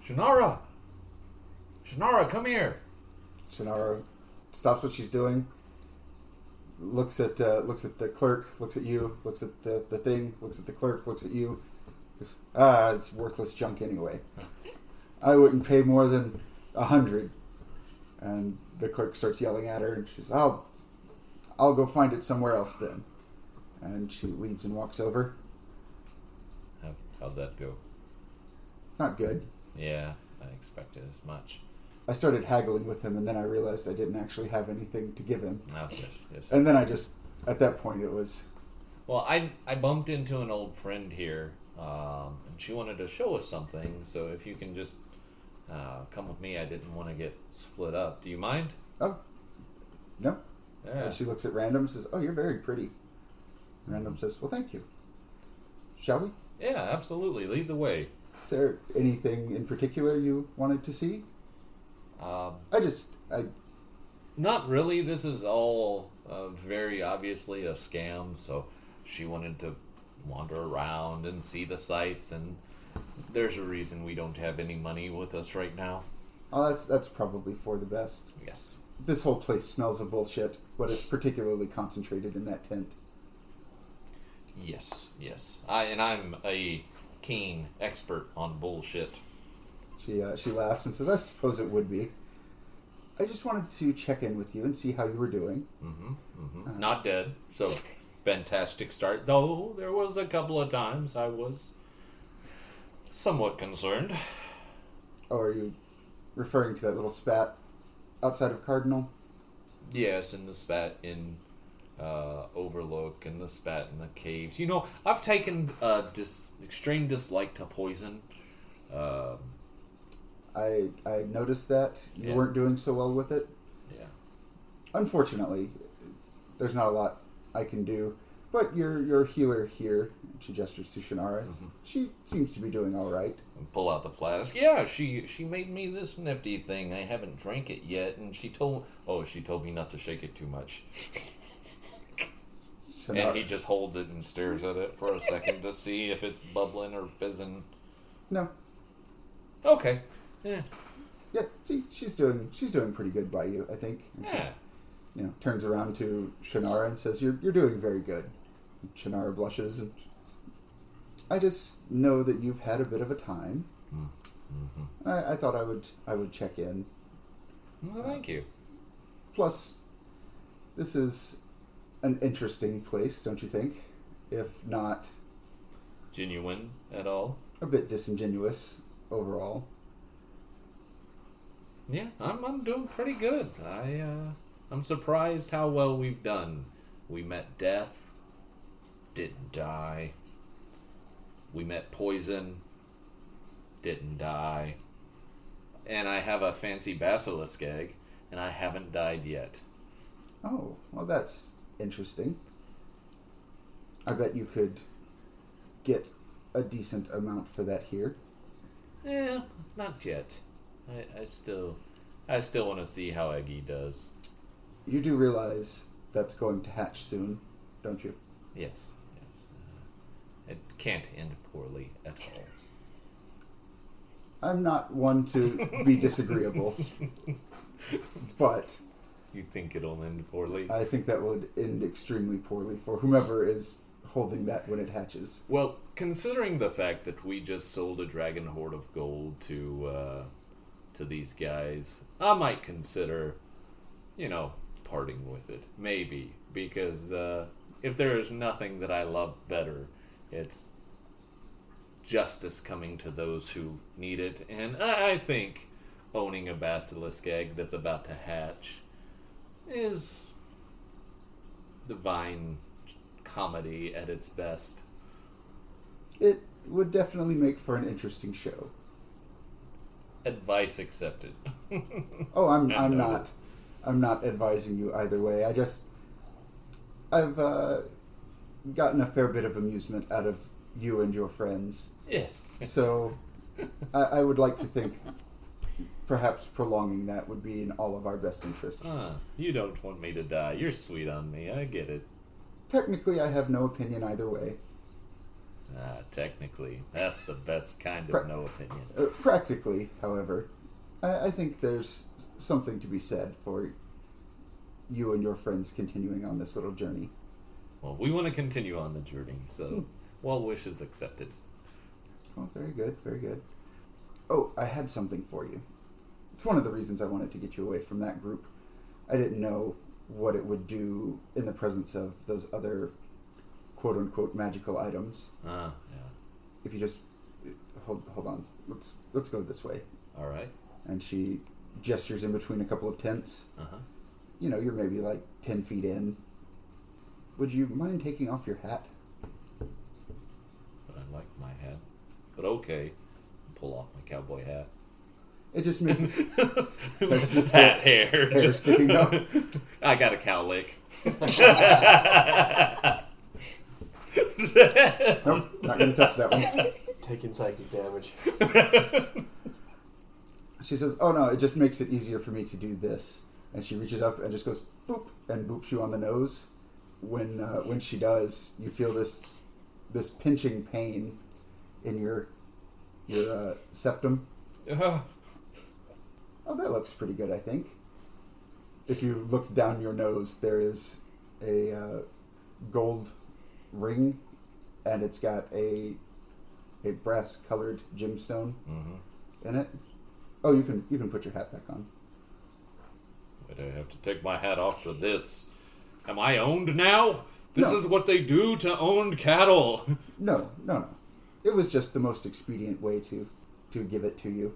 Shannara, Shannara, come here.
Shannara stops what she's doing, looks at uh, looks at the clerk, looks at you, looks at the, the thing, looks at the clerk, looks at you. Goes, ah, it's worthless junk anyway. I wouldn't pay more than a hundred. And the clerk starts yelling at her, and she's, "I'll, I'll go find it somewhere else then." And she leaves and walks over.
How, how'd that go?
Not good.
Yeah, I expected as much.
I started haggling with him, and then I realized I didn't actually have anything to give him.
No, yes, yes.
And then I just, at that point, it was
Well, I I bumped into an old friend here, um, and she wanted to show us something. So if you can just uh, come with me, I didn't want to get split up. Do you mind?
Oh, no.
Yeah.
And she looks at Random and says, Oh, you're very pretty. Random says, Well, thank you. Shall we?
Yeah, absolutely. Lead the way.
Is there anything in particular you wanted to see?
Um,
I just, I,
Not really. This is all uh, very obviously a scam. So she wanted to wander around and see the sights, and there's a reason we don't have any money with us right now.
oh, that's, that's probably for the best.
Yes.
This whole place smells of bullshit, but it's particularly concentrated in that tent.
Yes. Yes. I and I'm a keen expert on bullshit.
She, uh, she laughs and says, I suppose it would be. I just wanted to check in with you and see how you were doing.
Mm-hmm. mm-hmm. Not dead. So fantastic start. Though there was a couple of times I was somewhat concerned.
Oh, are you referring to that little spat outside of Cardinal?
Yes, and the spat in uh, Overlook and the spat in the caves. You know, I've taken uh, dis- extreme dislike to poison. Um,
I I noticed that you
Yeah.
weren't doing so well with it.
yeah.
Unfortunately, there's not a lot I can do. But your your healer here, she gestures to Shannara.
Mm-hmm.
She seems to be doing all right.
And pull out the flask. Yeah, she she made me this nifty thing. I haven't drank it yet, and she told oh she told me not to shake it too much.
Shannara,
And he just holds it and stares at it for a second to see if it's bubbling or fizzing.
no,
Okay. Yeah.
yeah, see, she's doing she's doing pretty good by you, I think. And she,
Yeah.
you know, turns around to Shannara and says, "You're you're doing very good." And Shannara blushes and I just know that you've had a bit of a time.
Mm-hmm.
I, I thought I would I would check in.
Well, thank you.
Plus, this is an interesting place, don't you think? If not
Genuine at all?
a bit disingenuous overall.
Yeah, I'm, I'm doing pretty good. I uh, I'm surprised how well we've done. We met death, didn't die. We met poison, didn't die. And I have a fancy basilisk egg, and I haven't died yet.
Oh, well, that's interesting. I bet you could get a decent amount for that here.
Eh, not yet. I, I still I still want to see how Eggy does.
You do realize that's going to hatch soon, don't you?
Yes, yes. Uh, it can't end poorly at all.
I'm not one to be disagreeable, but
You think it'll end poorly?
I think that would end extremely poorly for whomever is holding that when it hatches.
Well, considering the fact that we just sold a dragon hoard of gold to uh, to these guys, I might consider, you know, parting with it. Maybe because uh, if there is nothing that I love better, it's justice coming to those who need it, and I, I think owning a basilisk egg that's about to hatch is divine comedy at its best.
It would definitely make for an interesting show.
Advice accepted.
Oh, I'm
And
I'm
noted.
not I'm not advising you either way. I just I've uh, gotten a fair bit of amusement out of you and your friends,
yes.
so I, I would like to think perhaps prolonging that would be in all of our best interests.
Ah, you don't want me to die. You're sweet on me. I get it.
Technically, I have no opinion either way.
Ah, technically, that's the best kind
Pra-
of no opinion.
Uh, practically, however, I, I think there's something to be said for you and your friends continuing on this little journey.
Well, we want to continue on the journey,
Hmm.
so well wishes accepted.
Oh, very good, very good. Oh, I had something for you. It's one of the reasons I wanted to get you away from that group. I didn't know what it would do in the presence of those other quote unquote magical items.
Ah, yeah.
If you just hold hold on. Let's let's go this way.
All right.
And she gestures in between a couple of tents.
Uh huh.
You know, you're maybe like ten feet in. Would you mind taking off your hat?
But I like my hat. But okay, pull off my cowboy hat.
It just makes
It was
That's
just
just
hat hair.
hair
Just-
sticking up.
I got a cowlick.
nope, not gonna touch that one.
Taking psychic damage.
She says, "Oh no, it just makes it easier for me to do this." And she reaches up and just goes boop and boops you on the nose. When uh, when she does, you feel this this pinching pain in your your uh, septum.
Ah,
Oh, that looks pretty good, I think. If you look down your nose, there is a uh, gold ring, and it's got a a brass colored gemstone in it. Oh, you can you can put your hat back on.
Wait, I have to take my hat off for this. Am I owned now? This
No.
is what they do to owned cattle.
No, no, no. It was just the most expedient way to to give it to you.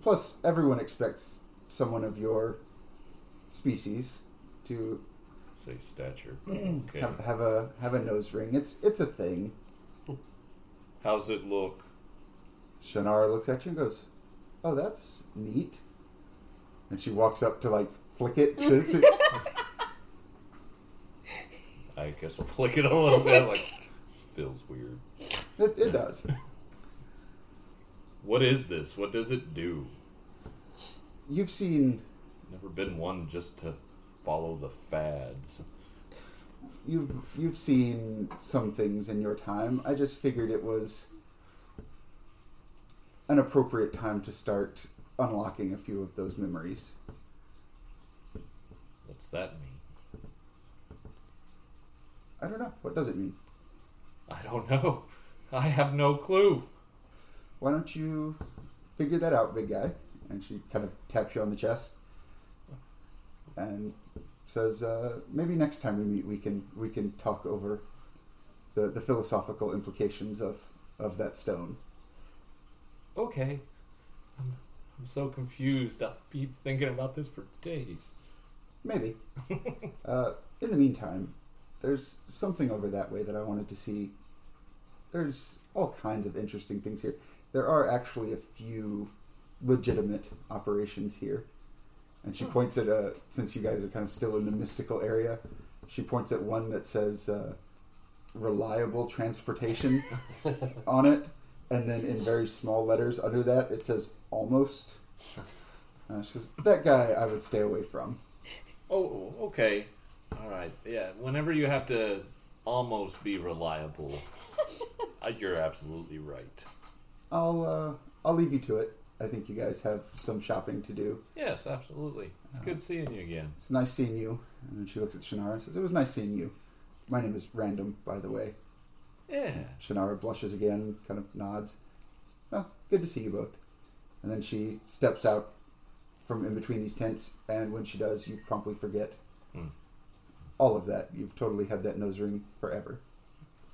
Plus, everyone expects someone of your species to
Say stature. Okay.
have, have a have a nose ring. It's it's a thing.
How's it look?
Shannara looks at you and goes, "Oh, that's neat." And she walks up to like flick it. To, to-
I guess I'll flick it a little bit. Like, feels weird.
it, it does.
What is this? What does it do?
You've seen
Never been one just to follow the fads.
you've you've seen some things in your time. I just figured it was an appropriate time to start unlocking a few of those memories.
What's that mean?
I don't know. What does it mean?
I don't know. I have no clue.
Why don't you figure that out, big guy? And she kind of taps you on the chest and says, uh, maybe next time we meet, we can we can talk over the, the philosophical implications of, of that stone.
Okay. I'm, I'm so confused. I'll be thinking about this for days.
Maybe. uh, in the meantime, there's something over that way that I wanted to see. There's all kinds of interesting things here. There are actually a few legitimate operations here. And she points at, uh, since you guys are kind of still in the mystical area, she points at one that says uh, reliable transportation on it. And then in very small letters under that, it says almost. Uh, she says, that guy I would stay away from.
Oh, okay. All right. Yeah. Whenever you have to almost be reliable, uh, you're absolutely right.
I'll uh, I'll leave you to it. I think you guys have some shopping to do.
Yes, absolutely. It's good seeing you again.
It's nice seeing you. And then she looks at Shannara and says, "It was nice seeing you. My name is Random, by the way."
Yeah.
Shannara blushes again, kind of nods. Well, good to see you both. And then she steps out from in between these tents, and when she does, you promptly forget
Hmm.
all of that. You've totally had that nose ring forever.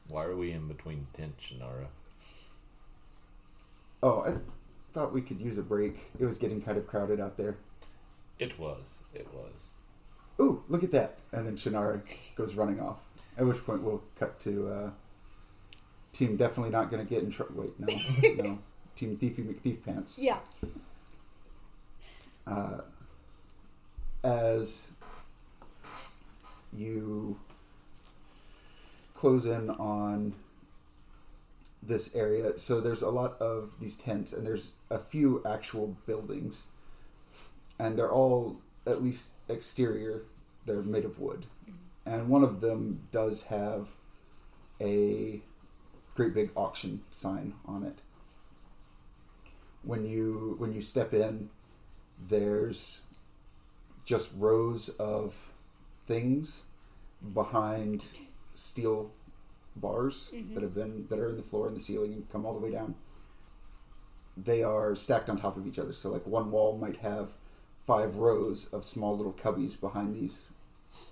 Why are we in between tents, Shannara?
Oh, I thought we could use a break. It was getting kind of crowded out there.
It was. It was.
ooh, look at that. And then Shannara goes running off. At which point we'll cut to uh, Team Definitely Not Gonna Get in Trouble. Wait, no, no. Team Thiefy McThief Pants.
Yeah.
Uh, as you close in on this area, so there's a lot of these tents, and there's a few actual buildings, and they're all at least exterior. They're made of wood, and one of them does have a great big auction sign on it. When you when you step in, there's just rows of things behind steel bars that have been that are in the floor and the ceiling and come all the way down. They are stacked on top of each other. So like one wall might have five rows of small little cubbies behind these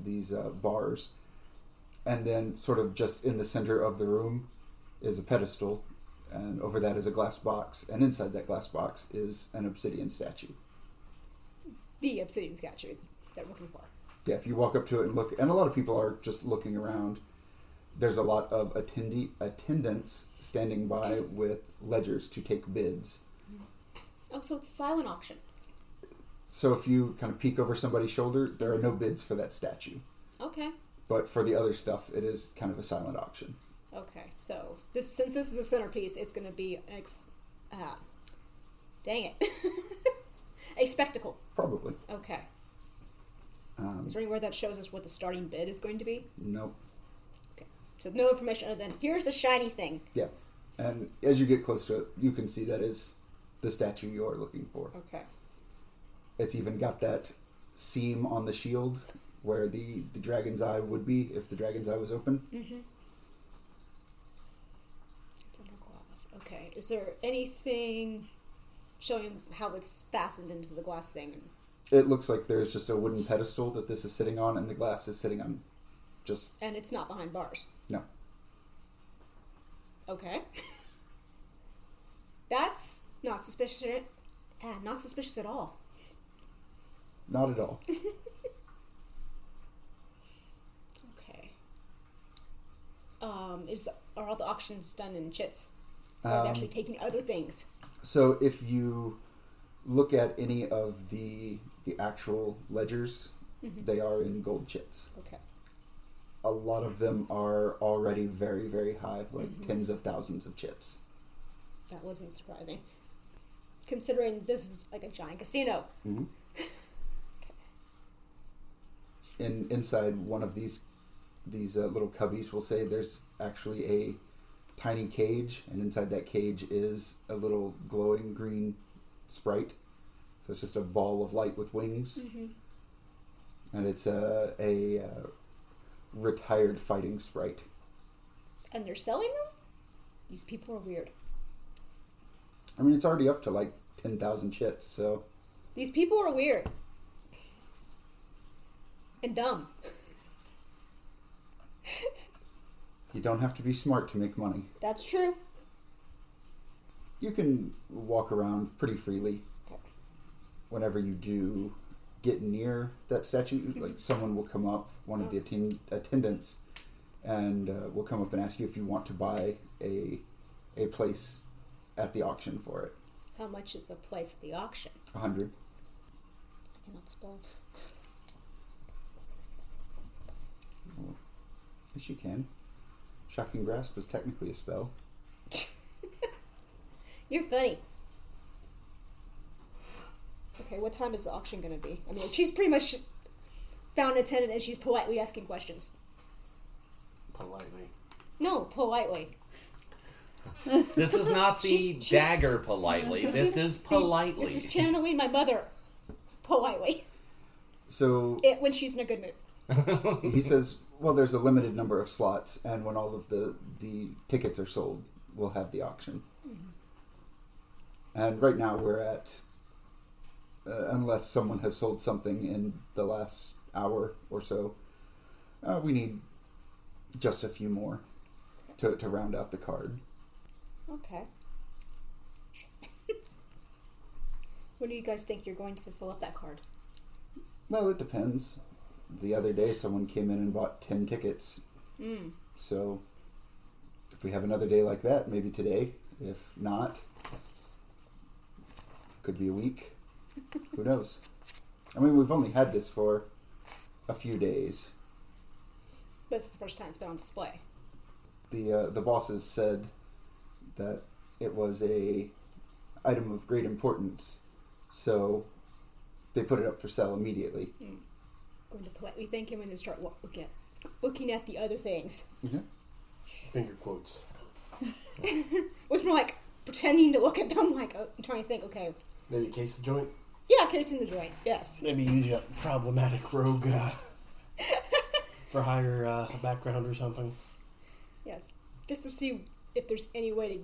these uh, bars. And then sort of just in the center of the room is a pedestal and over that is a glass box and inside that glass box is an obsidian statue.
The obsidian statue that we're looking for.
yeah, if you walk up to it and look, and a lot of people are just looking around. There's a lot of attendee attendants standing by with ledgers to take bids.
Oh, so it's a silent auction.
So if you kind of peek over somebody's shoulder, there are no bids for that statue.
Okay.
But for the other stuff, it is kind of a silent auction.
Okay. So this, since this is a centerpiece, it's going to be an ex. Uh, dang it. a spectacle.
Probably.
Okay.
Um,
Is there anywhere that shows us what the starting bid is going to be?
nope.
Okay. So no information other than here's the shiny thing.
Yeah. And as you get close to it, you can see that is the statue you are looking for.
Okay.
It's even got that seam on the shield where the, the dragon's eye would be if the dragon's eye was open.
It's under glass. Okay. Is there anything showing how it's fastened into the glass thing?
it looks like there's just a wooden pedestal that this is sitting on and the glass is sitting on just
And it's not behind bars.
no
Okay. That's not suspicious. Yeah, not suspicious at all.
not at all
Okay. Um, is the, are all the auctions done in chits? Or are
Um,
they actually taking other things?
so if you look at any of the the actual ledgers they are in gold chits
Okay.
a lot of them are already very very high like tens of thousands of chits
That wasn't surprising. Considering this is like a giant casino.
in inside one of these these uh, little cubbies will say there's actually a tiny cage and inside that cage is a little glowing green sprite so it's just a ball of light with wings and it's a, a uh, retired fighting sprite
And they're selling them? These people are weird.
I mean, it's already up to like 10,000 chits, so.
These people are weird. And dumb.
You don't have to be smart to make money.
That's true.
You can walk around pretty freely
Okay.
whenever you do get near that statue. Like, someone will come up, one of the atten- attendants, and uh, will come up and ask you if you want to buy a, a place at the auction for it.
How much is the price of the auction?
100.
I cannot spell.
Yes, you can. Shocking Grasp was technically a spell.
You're funny. Okay, what time is the auction gonna be? I mean, like, she's pretty much found an attendant and she's politely asking questions.
politely.
No, politely.
This is not the
She's- she's-
dagger politely. This, is,
the-
politely.
This is channeling my mother politely
So
it, when she's in a good mood.
he says, well, there's a limited number of slots, and when all of the, the tickets are sold, we'll have the auction. And right now we're at, uh, unless someone has sold something in the last hour or so, uh, we need just a few more to, to round out the card.
Okay. when do you guys think you're going to fill up that card?
Well, it depends. The other day, someone came in and bought 10 tickets. So, if we have another day like that, maybe today. If not, could be a week. Who knows? I mean, we've only had this for a few days.
This is the first time it's been on display.
The uh, the bosses said that it was a item of great importance, so they put it up for sale immediately.
going to politely thank him and then start wa- looking at, looking at the other things.
Mhm.
Finger quotes.
It was more like pretending to look at them, like oh, I'm trying to think. Okay,
Maybe case the joint.
yeah, casing the joint. Yes,
Maybe use your problematic rogue uh, for higher uh, background or something.
yes, just to see if there's any way to.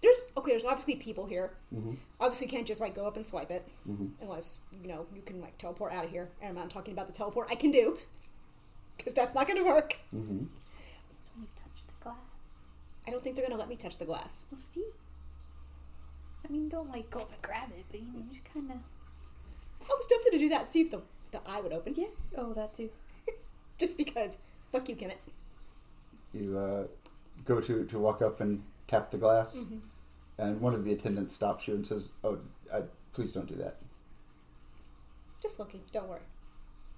There's okay. There's obviously people here. Mm-hmm. Obviously, you can't just like go up and swipe it, unless you know you can like teleport out of here. And I'm not talking about the teleport I can do, because that's not going to work.
You touch the glass.
I don't think they're going to let me touch the glass.
We'll see. I mean, don't like go up and grab it, but you know, just kind of.
I was tempted to do that, see if the the eye would open.
Yeah. Oh, that too.
Just because, fuck you, Kemet.
you uh, go to to walk up and tap the glass, and one of the attendants stops you and says, "Oh, I, please don't do that."
Just looking. Don't worry.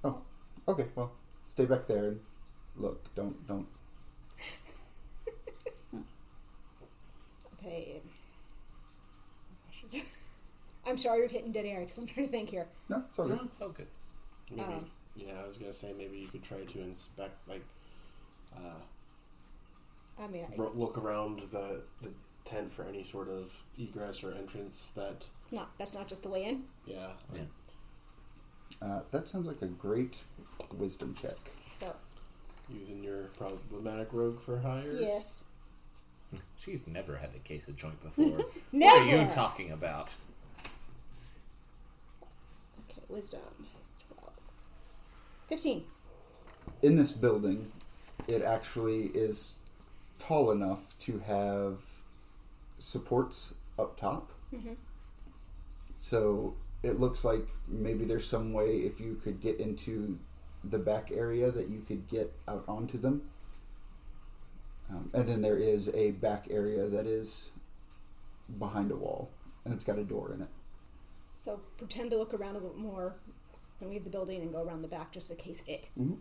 Oh, okay. Well, stay back there and look. Don't don't.
Okay. I'm sorry you're hitting dead air because I'm trying to think here.
No, it's all
no,
good.
it's all good.
Maybe.
Um.
Yeah, I was gonna say maybe you could try to inspect, like, uh,
I mean, I,
ro- look around the the tent for any sort of egress or entrance that.
no, that's not just the way in.
Yeah.
Yeah.
Uh, that sounds like a great wisdom check.
So,
Using your problematic rogue for hire.
yes.
She's never had a case of joint before.
Never.
What are you talking about?
okay, wisdom. 12. 15.
In this building, it actually is tall enough to have supports up top. So it looks like maybe there's some way if you could get into the back area that you could get out onto them. Um, and then there is a back area that is behind a wall, and it's got a door in it.
So pretend to look around a little more when we leave the building and go around the back just in case it.
Mm-hmm.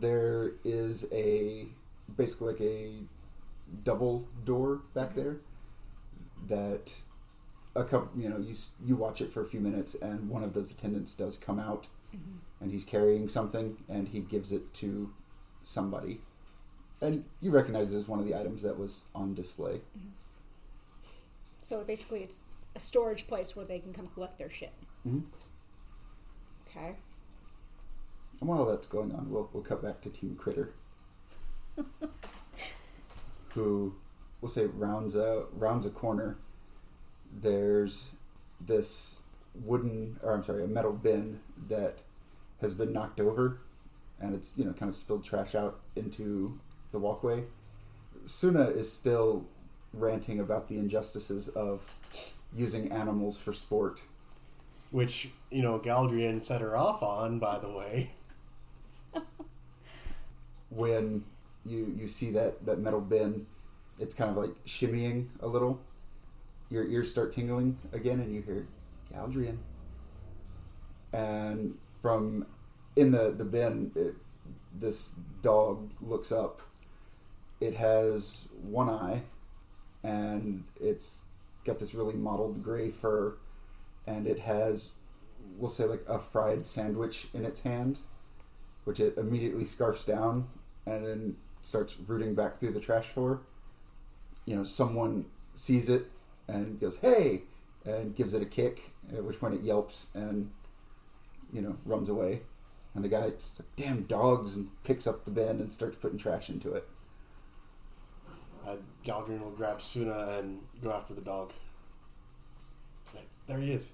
There is a basically like a double door back there that a couple you know you s- you watch it for a few minutes and one of those attendants does come out and he's carrying something and he gives it to somebody and you recognize it as one of the items that was on display
So basically, it's a storage place where they can come collect their shit.
Mm-hmm.
Mhm.
Okay.
and while that's going on we'll, we'll cut back to team critter who we'll say rounds a rounds a corner. There's this wooden, or I'm sorry, a metal bin that has been knocked over, and it's you know kind of spilled trash out into the walkway. Suna is still ranting about the injustices of using animals for sport.
Which, you know, Galdrian set her off on, by the way.
When you you see that that metal bin, it's kind of like shimmying a little. Your ears start tingling again, and you hear Galdrian. And from in the the bin, it, this dog looks up. It has one eye, and it's got this really mottled gray fur, and it has, we'll say, like a fried sandwich in its hand, which it immediately scarfs down and then starts rooting back through the trash for. You know, someone sees it and goes, hey, and gives it a kick, at which point it yelps and, you know, runs away. And the guy's like, damn dogs, and picks up the bin and starts putting trash into it.
Uh, Galdrian will grab Suna and go after the dog. There, there he is.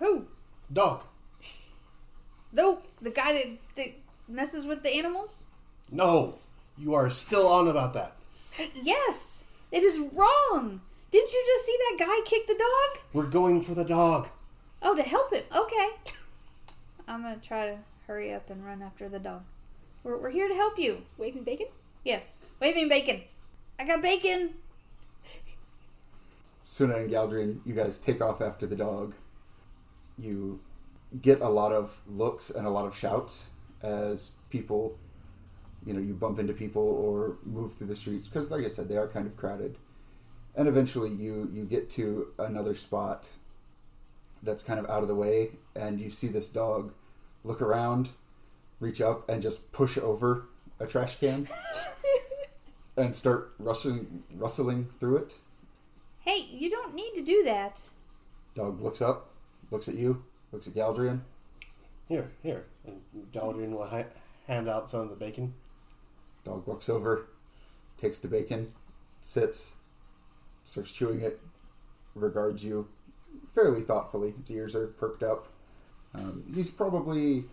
Who?
Dog!
No, the guy that, that messes with the animals?
No! You are still on about that.
Yes! It is wrong! Didn't you just see that guy kick the dog?
We're going for the dog.
Oh, to help him. Okay. I'm gonna try to hurry up and run after the dog. We're, we're here to help you.
Waving bacon?
Yes. Waving bacon. I got bacon.
Suna and Galdrian, you guys take off after the dog. You get a lot of looks and a lot of shouts as people, you know, you bump into people or move through the streets because, like I said, they are kind of crowded. And eventually, you you get to another spot that's kind of out of the way, and you see this dog look around, reach up, and just push over a trash can and start rustling rustling through it.
Hey, you don't need to do that.
Dog looks up, looks at you, looks at Galdrian.
Here, here. And Galdrian will ha- hand out some of the bacon.
Dog walks over, takes the bacon, sits, starts chewing it, regards you fairly thoughtfully. His ears are perked up. Um, he's probably,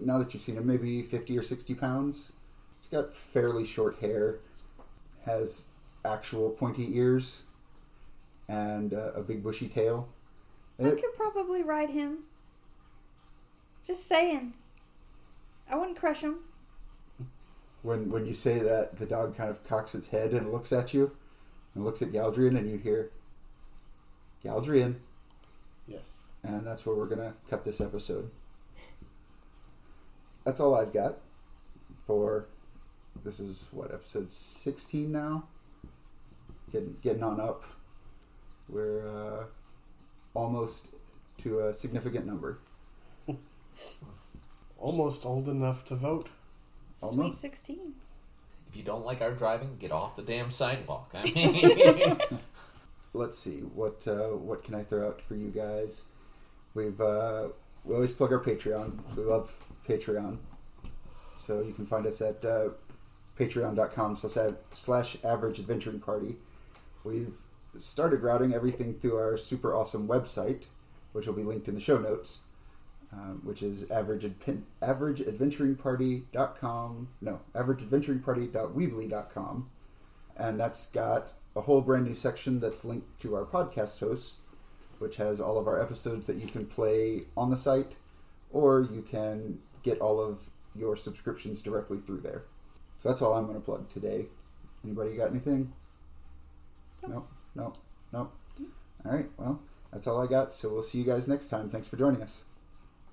now that you've seen him, maybe 50 or 60 pounds. He's got fairly short hair, has actual pointy ears, and uh, a big bushy tail. And
I
it-
could probably ride him. Just saying. I wouldn't crush him.
when when you say that, the dog kind of cocks its head and looks at you, and looks at Galdrian, and you hear, Galdrian,
Yes.
and that's where we're gonna cut this episode. That's all I've got for this is what episode sixteen now. Getting getting on up. We're uh, almost to a significant number.
Almost old enough to vote.
Sweet
Almost.
16.
If you don't like our driving, get off the damn sidewalk. I mean,
Let's see what uh, what can I throw out for you guys. We've uh, we always plug our Patreon. We love Patreon. So you can find us at uh, patreon.com slash av- slash average adventuring party. We've started routing everything through our super awesome website, which will be linked in the show notes, um, which is average adpen- averageadventuringparty.com. No, averageadventuringparty.weebly.com. And that's got a whole brand new section that's linked to our podcast hosts, which has all of our episodes that you can play on the site, or you can get all of your subscriptions directly through there. So that's all I'm going to plug today. Anybody got anything? Nope. Nope. Nope. All right. Well, that's all I got. So we'll see you guys next time. Thanks for joining us.